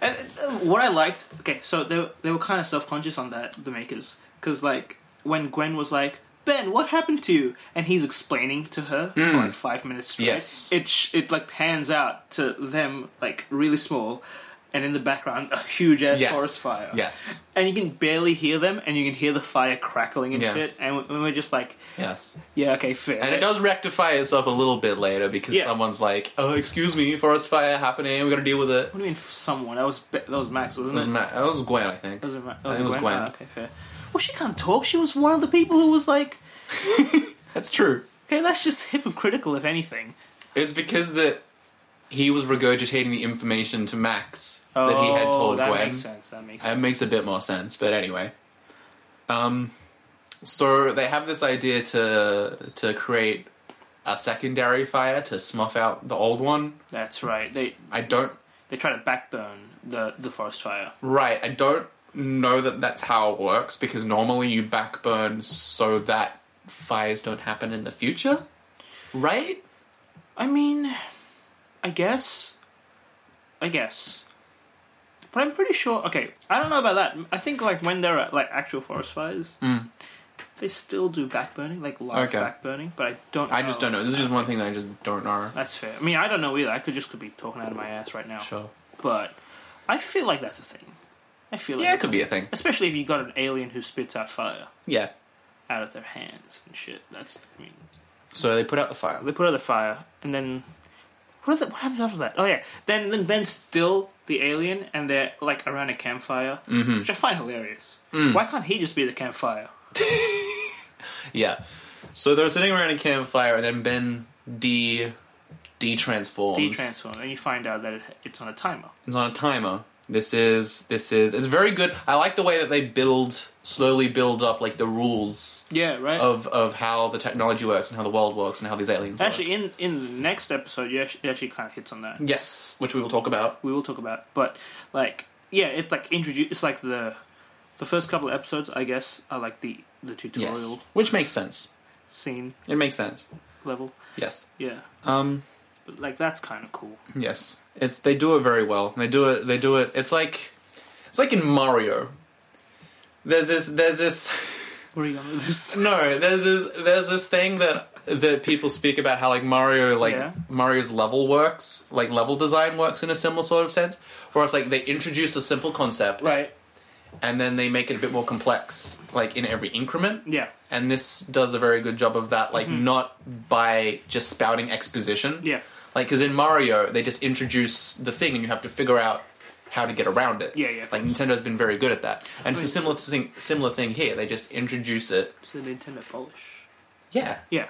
B: And uh, what I liked, okay, so they were- they were kind of self conscious on that the makers, because like when Gwen was like, "Ben, what happened to you?" and he's explaining to her for like five minutes straight,
A: Hmm. Yes.
B: it sh- it like pans out to them like really small, and in the background a huge ass forest fire,
A: Yes.
B: and you can barely hear them, and you can hear the fire crackling and
A: Yes.
B: shit, and we- we we're just like,
A: Yes.
B: yeah, okay, fair,
A: And it does rectify itself a little bit later because
B: Yeah.
A: someone's like, "Oh, excuse me, forest fire happening. We gotta deal with it."
B: What do you mean, someone? That was Be- that was Max, wasn't
A: That was, Ma- that was Gwen, I think.
B: Was it, Ma-
A: I think it was Gwen.
B: Ah, okay, fair. Well, she can't talk. She was one of the people who was like,
A: That's true.
B: okay, that's just hypocritical, if anything.
A: It's because that he was regurgitating the information to Max that he had told
B: Oh, that
A: Gwen. Um,
B: makes sense. That makes sense.
A: It makes a bit more sense, but anyway. Um, so they have this idea to to create a secondary fire to snuff out the old one.
B: That's right. They
A: I don't
B: they try to backburn the the forest fire.
A: right. I don't know that that's how it works because normally you backburn so that fires don't happen in the future, right?
B: I mean, I guess, I guess. But I'm pretty sure. Okay, I don't know about that. I think like when there are like actual forest fires,
A: Hmm.
B: they still do backburning, like live
A: Okay.
B: backburning. But I don't.
A: I just don't know. This is just one thing that I just don't know.
B: That's fair. I mean, I don't know either. I could just could be talking out of my ass right now.
A: Sure.
B: But I feel like that's a thing. I feel like
A: Yeah, it
B: that's
A: could be a thing.
B: Especially if you got an alien who spits out fire
A: Yeah.
B: out of their hands and shit. That's I mean,
A: So they put out the fire.
B: they put out the fire and then what, is it- what happens after that? Oh yeah, then then Ben's still the alien and they're like around a campfire, which I find hilarious. Why can't he just be the campfire?
A: Yeah. So they're sitting around a campfire, and then Ben D D transforms.
B: He transforms and you find out that it, it's on a timer.
A: It's on a timer, This is this is it's very good. I like the way that they build slowly build up like the rules
B: Yeah, right. Oh,
A: of of how the technology works and how the world works and how these aliens work.
B: actually, in in the next episode, you actually, it actually kind of hits on that.
A: Yes, which we will talk about.
B: We will talk about, it. but like, yeah, it's like introduce. It's like the the first couple of episodes, I guess, are like the the tutorial
A: Yes, which makes sense.
B: scene
A: It makes sense.
B: level.
A: Yes.
B: Yeah,
A: Um.
B: but like that's kind of cool.
A: Yes. It's they do it very well. They do it. They do it. It's like it's like in Mario. There's this. There's this.
B: Where are you going with this?
A: No, there's this there's this thing that that people speak about how like Mario like
B: Yeah.
A: Mario's level works, like level design works in a similar sort of sense. Where it's like they introduce a simple concept
B: Right.
A: and then they make it a bit more complex, like in every increment.
B: Yeah.
A: And this does a very good job of that, like not by just spouting exposition.
B: Mm-hmm. Yeah.
A: Like, because in Mario, they just introduce the thing and you have to figure out how to get around it.
B: Yeah, yeah, of
A: Like,
B: course.
A: Nintendo's been very good at that. And it's a
B: Right.
A: similar thing, similar thing here. They just introduce it.
B: It's a Nintendo polish.
A: Yeah.
B: Yeah,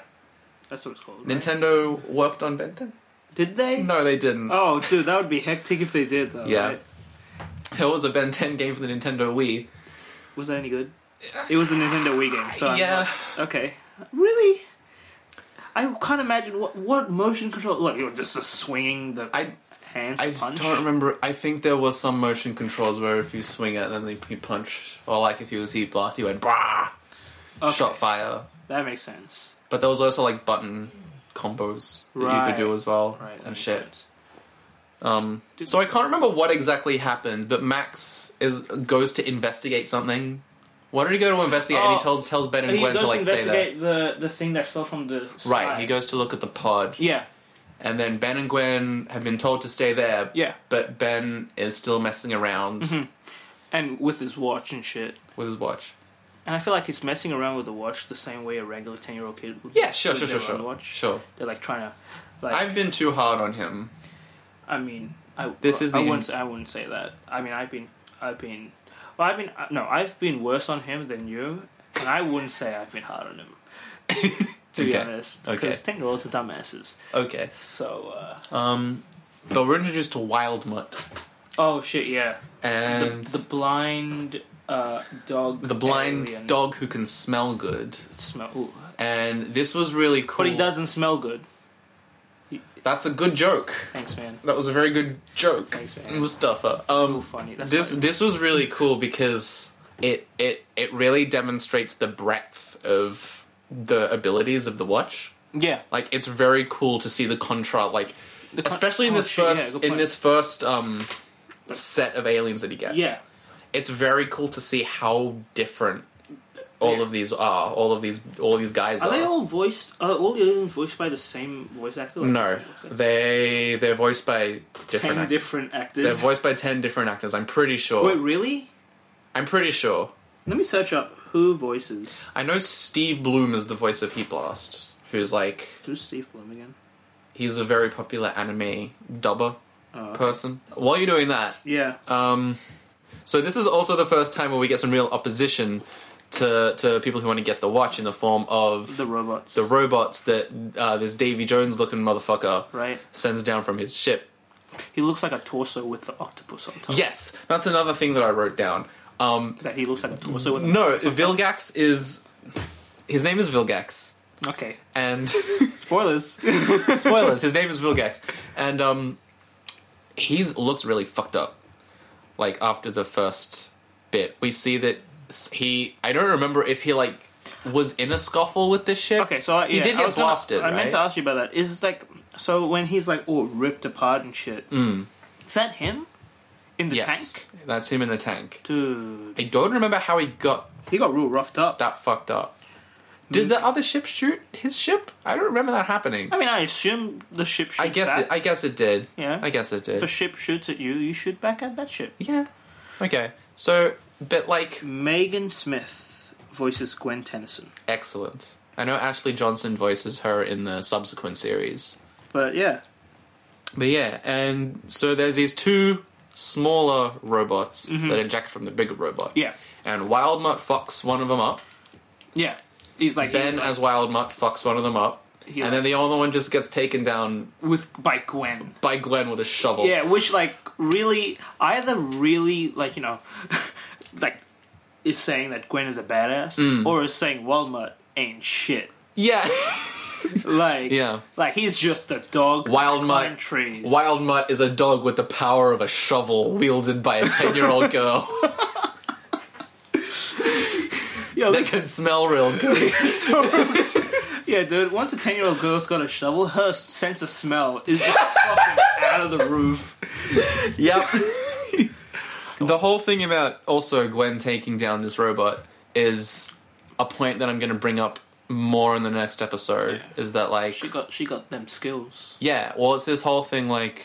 B: that's what it's called. right?
A: Nintendo worked on Benton?
B: Did they?
A: No, they didn't.
B: Oh, dude, that would be hectic if they did, though.
A: Yeah.
B: right?
A: It was a Ben 10 game for the Nintendo Wii.
B: Was that any good? It was a Nintendo Wii game, so I'm
A: yeah.
B: not- okay. Really? I can't imagine what what motion control. Look, you're just swinging the
A: I
B: hands
A: I
B: punch.
A: don't remember. I think there was some motion controls where if you swing it, then they, you punch, or like if he was heat blast, he went brah,
B: Okay,
A: shot fire.
B: That makes sense.
A: But there was also like button combos that you
B: Right.
A: could do as well
B: Right. that
A: and
B: makes
A: shit.
B: sense.
A: Um,
B: Did-
A: so I can't remember what exactly happened, but Max is goes to investigate something. Why did he go to investigate? and
B: Oh.
A: he tells tells Ben and
B: He
A: Gwen
B: goes
A: to like stay there.
B: investigate the the thing that fell from the
A: Right,
B: sky.
A: he goes to look at the pod,
B: Yeah,
A: and then Ben and Gwen have been told to stay there.
B: yeah,
A: But Ben is still messing around
B: and with his watch and shit.
A: with his watch.
B: And I feel like he's messing around with the watch the same way a regular ten year old kid would.
A: Yeah, sure,
B: with
A: sure,
B: their
A: sure, sure,
B: own Watch.
A: sure.
B: They're like trying to, like.
A: I've been too hard on him.
B: I mean, I
A: This is
B: I
A: the
B: wouldn't I wouldn't say that. I mean, I've been I've been well, I've been uh, no, I've been worse on him than you, and I wouldn't say I've been hard on him to be
A: Okay.
B: honest.
A: Okay.
B: Because ten year olds are dumbasses.
A: Okay.
B: So uh,
A: Um, but we're introduced to Wild Mutt
B: oh shit, yeah,
A: and
B: the, the blind uh, dog,
A: the blind
B: alien
A: dog who can smell good.
B: smell. Ooh.
A: And this was really cool.
B: But he doesn't smell good.
A: That's a good joke.
B: Thanks, man.
A: That was a very good joke,
B: Thanks, man.
A: Mustafa.
B: Ooh,
A: Um,
B: funny. That's
A: this
B: funny.
A: this was really cool because it it it really demonstrates the breadth of the abilities of the watch.
B: yeah.
A: Like it's very cool to see the contrast, like
B: The con-
A: especially in
B: oh,
A: this
B: shit, yeah,
A: first
B: good
A: in
B: point.
A: this first um set of aliens that he gets.
B: Yeah.
A: it's very cool to see how different all
B: Yeah.
A: of these are. All of these all of these guys
B: Are
A: are.
B: they all voiced? Are all the aliens voiced by the same voice actor? Like,
A: no,
B: what's it?
A: they they're voiced by
B: ten
A: different. act-
B: different actors.
A: they're voiced by ten different actors. I'm pretty sure.
B: Wait, really?
A: I'm pretty sure.
B: Let me search up who voices.
A: I know Steve Bloom is the voice of Heat Blast, who's like
B: Who's Steve Bloom again?
A: he's a very popular anime dubber
B: Oh, okay.
A: person. While you're doing that,
B: yeah.
A: um, so this is also the first time where we get some real opposition to to people who want to get the watch in the form of
B: The robots.
A: the robots that uh, this Davy Jones looking motherfucker
B: right.
A: sends down from his ship.
B: He looks like a torso with the octopus on top.
A: Yes, that's another thing that I wrote down. Um,
B: That he looks like a torso with.
A: no, Vilgax is his name is Vilgax,
B: Okay.
A: and
B: Spoilers.
A: spoilers. His name is Vilgax, and um, he's looks really fucked up. Like after the first bit, we see that s- he. I don't remember if he like was in a scuffle with this ship.
B: okay, so I, yeah,
A: He did
B: I
A: get
B: was gonna-
A: blasted,
B: I meant to
A: right?
B: ask you about that. Is like so when he's like all ripped apart and shit. Is that him in the
A: Hmm. yes,
B: tank?
A: that's him in the tank.
B: Dude,
A: I don't remember how he got
B: he got real roughed up.
A: that fucked up. Did the other ship shoot his ship? I don't remember that happening.
B: I mean, I assume the ship. Shoots
A: I guess
B: back.
A: it. I guess it did.
B: Yeah.
A: I guess it did.
B: if a ship shoots at you, you shoot back at that ship.
A: Yeah. Okay. So, but like,
B: Megan Smith voices Gwen Tennyson.
A: excellent. I know Ashley Johnson voices her in the subsequent series.
B: But yeah,
A: But yeah, and so there's these two smaller robots that eject from the bigger robot.
B: Mm-hmm. yeah,
A: And Wild Mutt fucks one of them up.
B: yeah. He's like
A: Ben, uh,
B: he,
A: as Wild Mutt, fucks one of them up.
B: He,
A: and then the other one just gets taken down
B: with by Gwen.
A: by Glenn with a shovel.
B: Yeah, which like really either really like you know like is saying that Gwen is a badass
A: Mm.
B: or is saying Walmart ain't shit.
A: yeah,
B: Like
A: Yeah.
B: like he's just a dog.
A: Wild
B: that
A: mutt.
B: climbed trees.
A: Wild Mutt is a dog with the power of a shovel wielded by a ten-year-old girl
B: Yo,
A: that
B: this,
A: can smell real good.
B: yeah, dude. Once a ten year old girl's got a shovel, her sense of smell is just fucking out of the roof.
A: yep. the whole thing about also Gwen taking down this robot is a point that I'm going to bring up more in the next episode. Is that like
B: She got she got them skills.
A: Yeah, well, it's this whole thing like,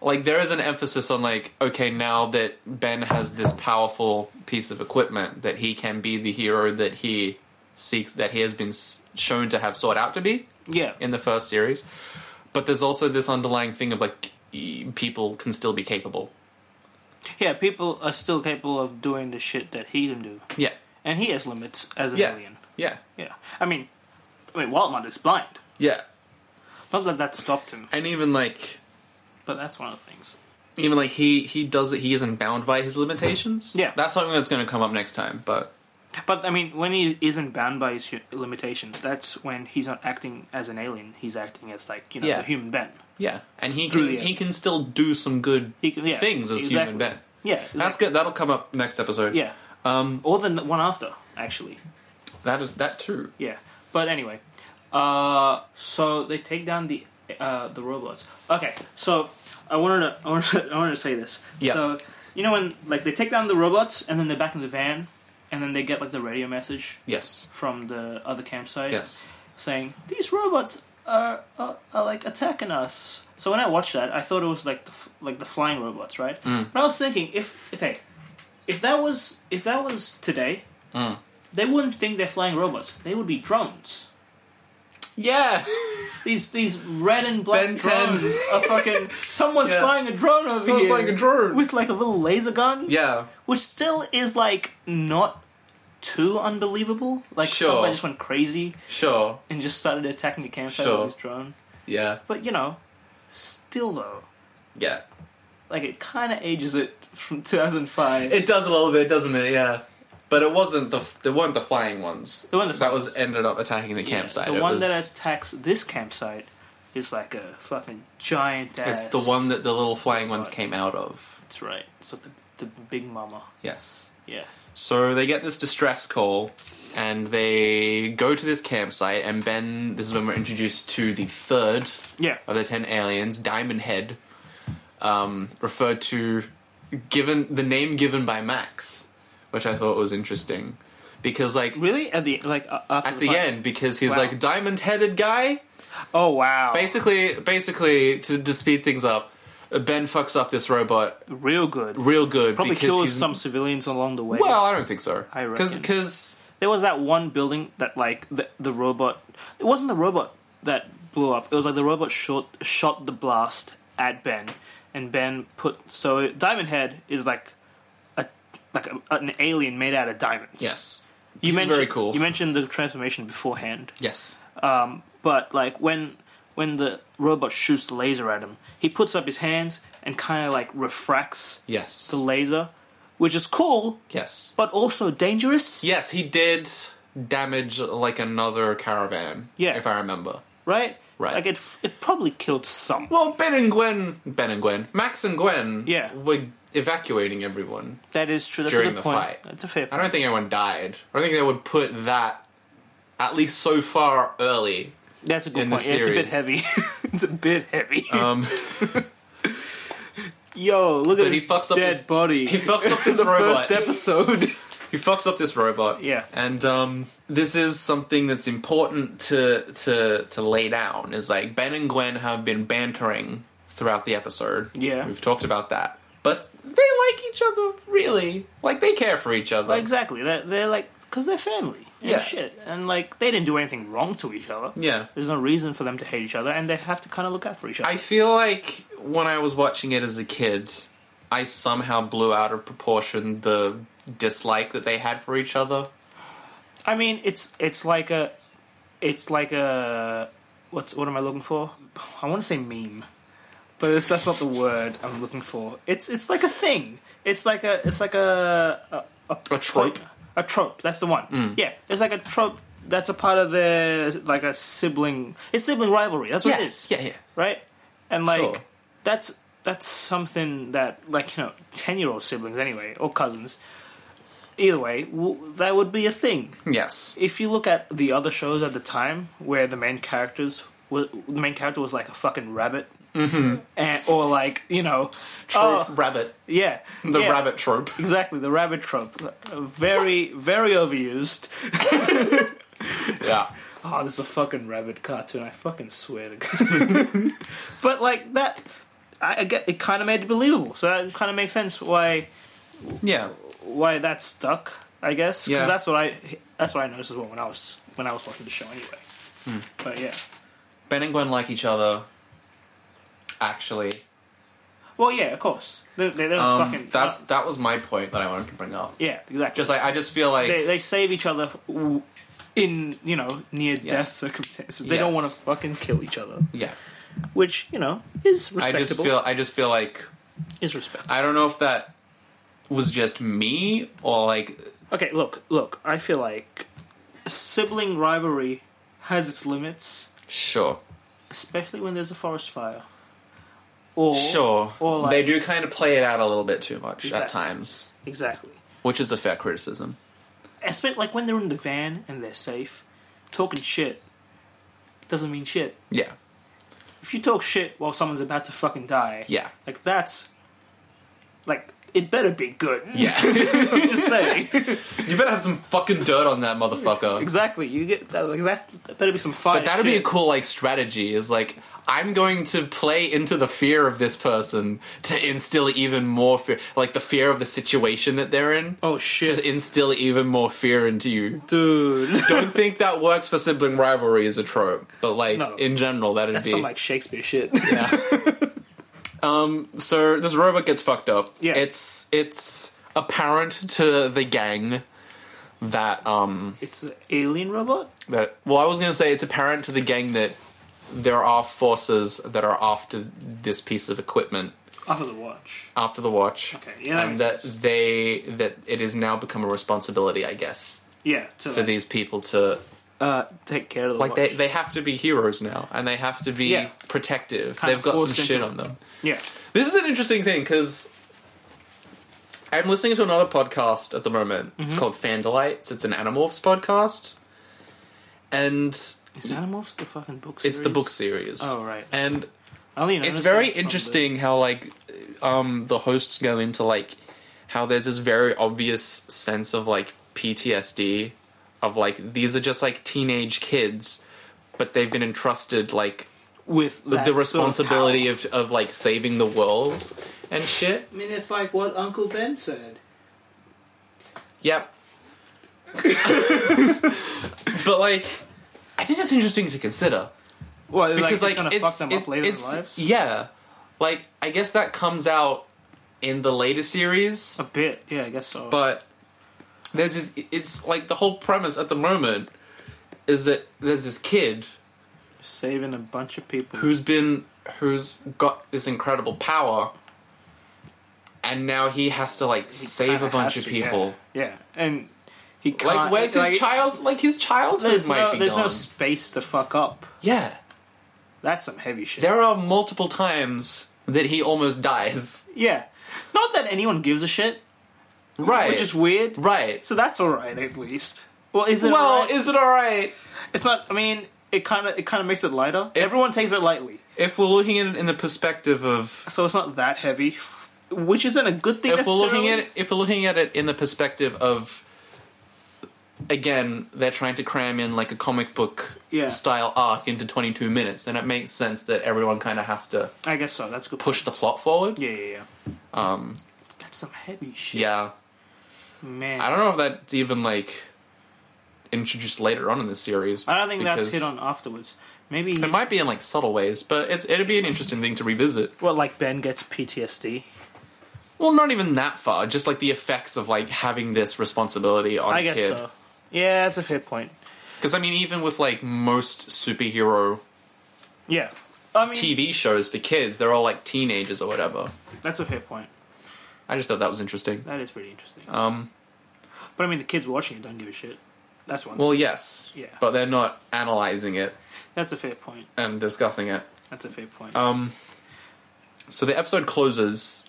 A: like there is an emphasis on like, okay, now that Ben has this powerful piece of equipment, that he can be the hero that he seeks, that he has been s- shown to have sought out to be
B: Yeah,
A: in the first series. But there's also this underlying thing of like, e- people can still be capable.
B: yeah. People are still capable of doing the shit that he can do,
A: Yeah,
B: and he has limits as an
A: yeah,
B: alien.
A: yeah,
B: Yeah, I mean, I mean, Walmart is blind.
A: yeah,
B: Not that that stopped him,
A: and even like.
B: but that's one of the things.
A: Even like he he does it, he isn't bound by his limitations.
B: Yeah.
A: that's something that's going to come up next time. But
B: But I mean, when he isn't bound by his hu- limitations, that's when he's not acting as an alien. He's acting as like you know
A: Yeah.
B: a human being.
A: yeah, and he
B: Through
A: can,
B: the-
A: he can still do some good
B: He can, yeah,
A: things as human being.
B: Yeah,
A: That's
B: exactly.
A: good. That'll come up next episode.
B: Yeah,
A: Um.
B: or the n- one after actually.
A: That is that too.
B: Yeah, but anyway, uh, so they take down the uh, the robots. Okay, so I wanted to I wanted to, I wanted to say this.
A: Yeah.
B: So you know when like they take down the robots and then they're back in the van and then they get like the radio message
A: Yes.
B: from the other campsite
A: Yes.
B: saying these robots are, are are like attacking us. So when I watched that, I thought it was like the f- like the flying robots, right?
A: Mm.
B: But I was thinking if okay, if that was if that was today,
A: Mm.
B: they wouldn't think they're flying robots. They would be drones.
A: Yeah.
B: These these red and black
A: Ben 10.
B: drones are fucking someone's
A: Yeah.
B: flying a drone over
A: Sounds
B: here
A: like a drone.
B: with like a little laser gun,
A: yeah.
B: which still is like not too unbelievable. Like
A: Sure.
B: somebody just went crazy
A: Sure.
B: and just started attacking the campsite
A: Sure.
B: with his drone.
A: Yeah.
B: But you know, still though,
A: Yeah.
B: like it kind of ages it from 2005.
A: It does a little bit, doesn't it? Yeah. But it wasn't the they weren't the flying ones.
B: They weren't the
A: that was ended up attacking the
B: Yeah,
A: campsite.
B: The
A: It
B: one
A: was-
B: that attacks this campsite is like a fucking giant ass.
A: it's the one that the little flying ones
B: Right.
A: came out of.
B: That's right. It's like the, the big mama.
A: Yes.
B: Yeah.
A: So they get this distress call, and they go to this campsite. And Ben, this is when we're introduced to the third
B: Yeah.
A: of the ten aliens, Diamond Head, um, referred to, given the name given by Max, which I thought was interesting, because like
B: Really? At the like uh, after
A: at the
B: fight?
A: end, because he's
B: Wow.
A: like diamond headed guy.
B: Oh wow.
A: Basically, basically to, to speed things up, Ben fucks up this robot
B: Real good.
A: real good.
B: Probably
A: because
B: kills
A: he's-
B: some civilians along the way.
A: Well, I don't think so.
B: I reckon.
A: because
B: there was that one building that like the the robot. It wasn't the robot that blew up. It was like the robot shot shot the blast at Ben, and Ben put so Diamond Head is like a like a, an alien made out of diamonds.
A: yes,
B: you
A: He's
B: mentioned
A: very cool.
B: you mentioned the transformation beforehand,
A: yes,
B: but like when when the robot shoots the laser at him, he puts up his hands and kind of like refracts
A: yes,
B: the laser, which is cool
A: yes,
B: but also dangerous.
A: yes. He did damage like another caravan.
B: Yeah.
A: if I remember.
B: right?
A: Right.
B: Like it, f- it probably killed some.
A: Well, Ben and Gwen, Ben and Gwen, Max and Gwen,
B: Yeah.
A: were evacuating everyone.
B: That is true. That's
A: During
B: a good
A: the
B: point.
A: fight.
B: That's a fair.
A: I
B: Point.
A: don't think anyone died. I think they would put that at least so far early.
B: That's a good
A: in the
B: point. Yeah, it's a bit
A: series.
B: heavy. it's a bit heavy.
A: Um,
B: Yo, look at
A: he
B: this
A: fucks up
B: dead
A: this-
B: body.
A: he fucks up this
B: the
A: robot.
B: first episode.
A: he fucks up this robot.
B: Yeah.
A: and um, this is something that's important to to to lay down. Is like Ben and Gwen have been bantering throughout the episode.
B: Yeah.
A: we've talked about that, but they like each other really. Like they care for each other.
B: exactly. They're, they're like because they're family. And
A: Yeah.
B: Shit, and like they didn't do anything wrong to each other.
A: yeah,
B: There's no reason for them to hate each other, and they have to kind of look out for each other.
A: I feel like when I was watching it as a kid, I somehow blew out of proportion the dislike that they had for each other.
B: I mean, it's it's like a it's like a what's what am I looking for? I want to say meme, but it's, that's not the word I'm looking for. It's it's like a thing. It's like a it's like a a,
A: A trope. Mm.
B: a trope. That's the one. Yeah, it's like a trope. That's a part of their like a sibling. It's sibling rivalry. That's what
A: yeah,
B: it is.
A: yeah, yeah.
B: Right. And like
A: Sure.
B: that's that's something that like you know ten year old siblings anyway or cousins. Either way, w- that would be a thing
A: Yes.
B: if you look at the other shows at the time where the main characters were, the main character was like a fucking rabbit
A: Mm-hmm.
B: and, or like you know
A: Trope
B: oh,
A: rabbit.
B: yeah
A: The
B: yeah,
A: rabbit trope.
B: exactly the rabbit trope very very overused
A: yeah.
B: oh this is a fucking rabbit cartoon i fucking swear to god but like that i, I get it kind of made it believable so that kind of makes sense why
A: Yeah.
B: why that stuck i guess 'Cause
A: Yeah.
B: that's what i that's what i noticed as well when i was when i was watching the show anyway
A: Hmm.
B: but yeah
A: Ben and Gwen like each other. Actually,
B: Well, yeah, of course. They, they don't
A: um,
B: fucking.
A: that's
B: uh,
A: that was my point that I wanted to bring up.
B: yeah, exactly.
A: Just like I just feel like
B: they, they save each other w- in you know near death circumstances. They don't
A: Yes.
B: want to fucking kill each other,
A: yeah.
B: which you know is
A: I
B: respectable.
A: just feel I just feel like
B: is respectable.
A: I don't know if that was just me or like
B: Okay, look, look. I feel like sibling rivalry has its limits,
A: sure.
B: especially when there's a forest fire. Or
A: Sure.
B: or like-
A: they do kind of play it out a little bit too much
B: Exactly.
A: at times,
B: exactly.
A: which is a fair criticism.
B: Especially like when they're in the van and they're safe, talking shit doesn't mean shit.
A: Yeah.
B: If you talk shit while someone's about to fucking die,
A: Yeah.
B: Like that's like it better be good.
A: Yeah.
B: I'm just saying.
A: you better have some fucking dirt on that motherfucker.
B: exactly. You get that, like that, that better be some fire.
A: But that'd be a
B: Oh, shit.
A: cool like strategy is like I'm going to play into the fear of this person to instill even more fear like the fear of the situation that they're in.
B: Oh
A: To
B: shit,
A: instill even more fear into you.
B: dude.
A: Don't think that works for sibling rivalry as a trope, but like
B: No.
A: in general, that'd
B: That's
A: be
B: some like Shakespeare shit.
A: Um, so this robot gets fucked up.
B: Yeah.
A: It's it's apparent to the gang that um
B: it's an alien robot.
A: that well I was gonna say it's apparent to the gang that there are forces that are after this piece of equipment
B: After the watch.
A: after the watch.
B: Okay, yeah, that
A: and that
B: makes
A: they that it has now become a responsibility, I guess,
B: Yeah, to
A: for these people to
B: uh, take care of the
A: like
B: watch.
A: they they have to be heroes now and they have to be
B: Yeah.
A: protective.
B: Kind
A: They've
B: of
A: got some
B: forced into
A: shit
B: it.
A: on them.
B: yeah,
A: This is an interesting thing because I'm listening to another podcast at the moment.
B: Mm-hmm.
A: It's called Fandelites. It's an Animorphs podcast, and
B: is Animorphs the fucking book? Series?
A: it's the book series.
B: Oh right.
A: and
B: I only noticed
A: it's
B: that
A: very
B: from the-
A: interesting how like um, the hosts go into like how there's this very obvious sense of like PTSD of like these are just like teenage kids, but they've been entrusted like
B: with that
A: the
B: sort of
A: responsibility
B: power.
A: of, of like saving the world and shit.
B: I mean, it's like what Uncle Ben said.
A: Yep. but like, I think that's interesting to consider
B: Well,
A: because like,
B: it's gonna
A: it's-
B: fuck them
A: it-
B: up later in their
A: it's-
B: lives.
A: yeah. Like I guess that comes out in the later series,
B: A bit, yeah, I guess so.
A: but there's this, it's like the whole premise at the moment is that there's this kid
B: saving a bunch of people.
A: who's been who's got this incredible power. And now he has to like save
B: Kinda
A: a bunch
B: has
A: of
B: to, yeah.
A: people.
B: Yeah, and he can't.
A: Like, where's his
B: like,
A: child? Like his childhood
B: There's
A: might
B: no,
A: be
B: there's
A: gone.
B: no space to fuck up.
A: yeah,
B: That's some heavy shit.
A: There are multiple times that he almost dies.
B: yeah, not that anyone gives a shit,
A: Right.
B: which is weird.
A: right.
B: So that's all right, at least. Well, is it?
A: well,
B: all right?
A: is it all right
B: it's not. I mean, it kind of it kind of makes it lighter. Everyone takes it lightly,
A: if we're looking at it in the perspective of
B: so it's not that heavy, f- which isn't a good thing.
A: if we're looking
B: necessarily.
A: at if we're looking at it in the perspective of again they're trying to cram in like a comic book
B: Yeah.
A: style arc into 22 minutes then it makes sense that everyone kind of has to
B: I guess so. That's a good.
A: push the plot forward
B: Yeah, yeah, yeah.
A: um
B: That's some heavy shit,
A: yeah
B: man.
A: i don't know if that's even like introduced later on in the series
B: I don't think that's
A: because-
B: hit on afterwards. Maybe
A: It might be in like subtle ways, but it's it'd be an interesting thing to revisit.
B: well, like Ben gets PTSD.
A: Well, not even that far. Just like the effects of like having this responsibility on
B: I
A: a
B: guess
A: kid.
B: so. Yeah, that's a fair point.
A: Because I mean, even with like most superhero
B: Yeah. I mean,
A: TV shows for kids, they're all like teenagers or whatever.
B: that's a fair point.
A: I just thought that was interesting.
B: That is pretty interesting.
A: Um,
B: But I mean, the kids watching it don't give a shit. That's one.
A: well, yes,
B: Yeah.
A: but they're not analyzing it
B: That's a fair point.
A: and discussing it.
B: That's a fair point.
A: Um, so the episode closes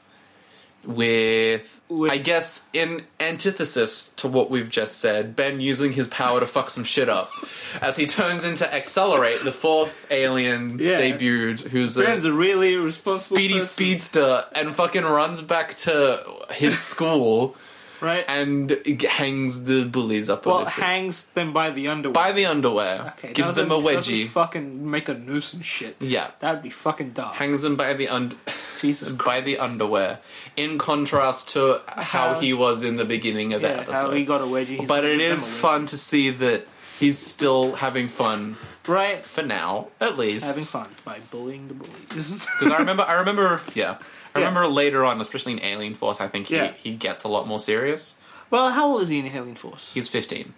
A: with,
B: With-
A: I guess, in antithesis to what we've just said, Ben using his power to fuck some shit up as he turns into Accelerate, the fourth alien
B: Yeah.
A: debuted, who's a
B: Ben's a really responsible
A: speedy
B: person,
A: speedster, and fucking runs back to his school
B: right?
A: and g- hangs the bullies up. on
B: well,
A: the tree.
B: hangs them by the underwear.
A: by the underwear,
B: Okay,
A: gives
B: doesn't-
A: them a
B: doesn't
A: wedgie.
B: Fucking make a noose and shit.
A: yeah,
B: That'd be fucking dark.
A: hangs them by the under.
B: Jesus Christ.
A: by the underwear, in contrast to how,
B: How-
A: he was in the beginning of the
B: Yeah, how
A: episode.
B: he got a wedgie. he's
A: but
B: gonna
A: it
B: give
A: is
B: them a wedgie.
A: fun to see that he's still having fun
B: right?
A: for now, at least.
B: Having fun by bullying the bullies.
A: 'Cause I remember, I remember, yeah, I
B: Yeah.
A: remember later on, especially in Alien Force, I think he,
B: Yeah.
A: he gets a lot more serious.
B: well, how old is he in Alien Force?
A: He's fifteen.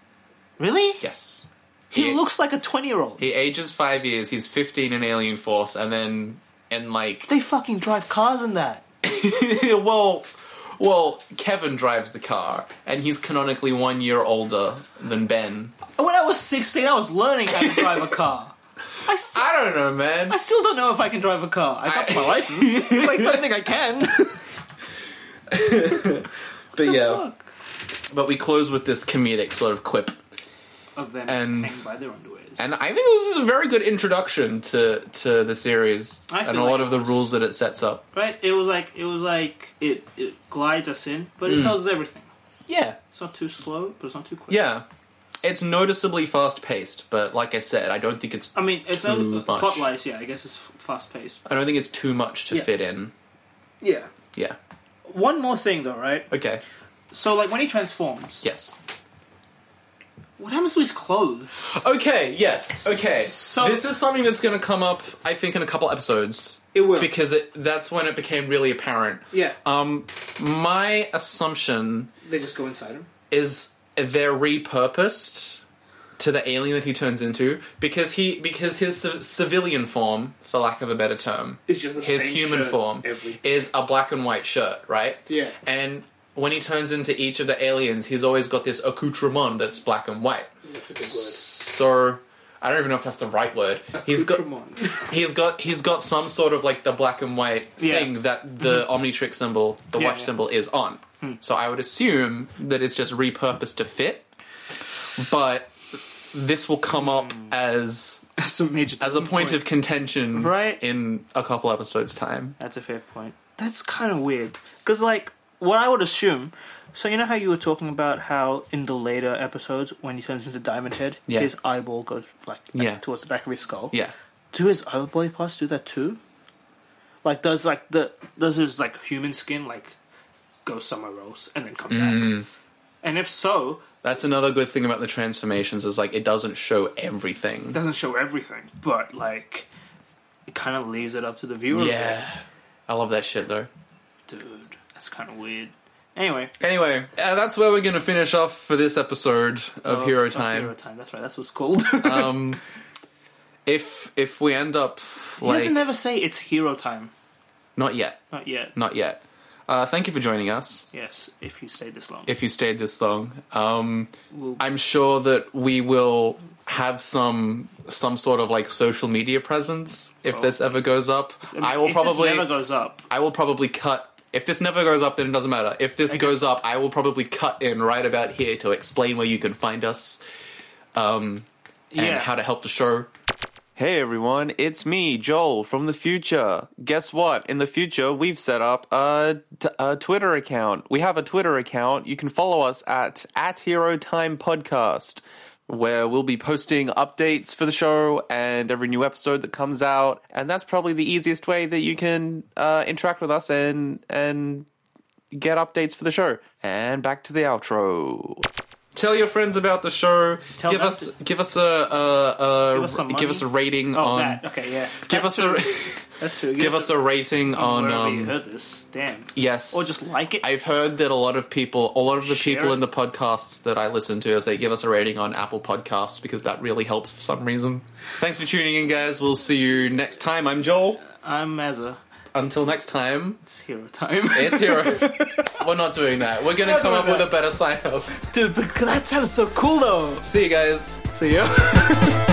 B: really?
A: Yes,
B: He looks like a twenty-year-old.
A: He ages five years. He's fifteen in Alien Force, and then and like
B: They fucking drive cars in that.
A: well, well, Kevin drives the car, and he's canonically one year older than Ben.
B: When I was sixteen, I was learning how to drive a car. I s-
A: I don't know, man.
B: I still don't know if I can drive a car. I got
A: I-
B: my license, but I don't think I can.
A: But yeah,
B: Fuck.
A: but we close with this comedic sort of quip,
B: Of them
A: And-
B: hanging by their underwears.
A: and I think it was a very good introduction to to the series
B: I feel
A: and a
B: like
A: lot of the
B: it was.
A: rules that it sets up.
B: right? It was like it was like it, it glides us in, but it tells us everything.
A: Yeah,
B: It's not too slow, but it's not too quick.
A: Mm. yeah. It's noticeably fast paced, but like I said, I don't think it's
B: I mean, it's
A: Too
B: only
A: much.
B: plot wise, yeah. I guess it's fast paced.
A: I don't think it's too much to
B: Yeah.
A: fit in.
B: Yeah.
A: Yeah.
B: One more thing, though, right?
A: Okay.
B: So, like, when he transforms,
A: Yes.
B: what happens to his clothes?
A: Okay, yes. Okay.
B: So-
A: this is something that's going to come up, I think, in a couple episodes.
B: It will.
A: Because it, that's when it became really apparent.
B: Yeah,
A: Um, my assumption
B: they just go inside him.
A: is they're repurposed to the alien that he turns into because he because his civ- civilian form, for lack of a better term,
B: It's just the
A: his human form is a black and white shirt, right?
B: Yeah.
A: And when he turns into each of the aliens, he's always got this accoutrement that's black and white.
B: That's a good
A: So I don't even know if that's the right word. He's got he's got he's got some sort of like the black and white
B: Yeah. Mm-hmm.
A: thing that the Omnitrix symbol, the
B: Yeah, Hmm.
A: watch
B: yeah.
A: symbol is on. So I would assume that it's just repurposed to fit. But this will come up
B: Hmm.
A: as
B: That's a major.
A: as a point of contention
B: Right.
A: in a couple episodes time.
B: That's a fair point. That's kind of weird because, like, what I would assume. So you know how you were talking about how in the later episodes when he turns into Diamond Head,
A: Yeah.
B: his eyeball goes like
A: Yeah.
B: towards the back of his skull.
A: Yeah.
B: Do his other body parts do that too? Like does like the does his like human skin like go somewhere else and then come
A: Mm.
B: back? And if so,
A: That's another good thing about the transformations is like it doesn't show everything.
B: it doesn't show everything, but like it kind of leaves it up to the viewer.
A: Yeah. I love that shit though.
B: dude, that's kind of weird. Anyway,
A: Anyway, uh, that's where we're going to finish off for this episode of
B: oh,
A: Hero
B: oh,
A: Time.
B: Hero time. That's right. That's what's called.
A: um, if if we end up
B: he
A: like
B: doesn't ever say it's hero time.
A: not yet,
B: Not yet.
A: not yet. Uh, thank you for joining us.
B: Yes, if you stay this long,
A: If you stayed this long, um,
B: we'll,
A: I'm sure that we will have some some sort of like social media presence if this ever goes up.
B: Oh. I mean,
A: I will
B: if this
A: probably
B: never goes up.
A: I will probably cut. If this never goes up, then it doesn't matter. If this
B: guess-
A: goes up, I will probably cut in right about here to explain where you can find us. Um, and
B: Yeah.
A: how to help the show. Hey everyone, it's me, Joel from the future. Guess what? In the future, we've set up a, t- a Twitter account. We have a Twitter account. You can follow us at at Hero Time Podcast, where we'll be posting updates for the show and every new episode that comes out. And that's probably the easiest way that you can uh, interact with us and and get updates for the show. And back to the outro. Tell your friends about the show.
B: Tell
A: give
B: them
A: us give us a, a, a
B: us some
A: give us a
B: money.
A: rating
B: Oh,
A: on
B: that. Okay, yeah.
A: give
B: That
A: us
B: too.
A: a
B: That too.
A: Give us a rating on.
B: wherever you
A: Um,
B: heard this. Damn.
A: yes.
B: Or just like it.
A: I've heard that a lot of people, a lot of the
B: Share
A: people
B: it.
A: in the podcasts that I listen to, is they give us a rating on Apple Podcasts because that really helps for some reason. Thanks for tuning in, guys. We'll see you next time. I'm Joel.
B: I'm Mazza.
A: Until next time,
B: It's hero time.
A: it's Hero. We're not doing that. We're gonna
B: We're not
A: come
B: doing
A: up with
B: that.
A: a better sign off.
B: Dude, but that sounds so cool though.
A: See you guys.
B: See ya.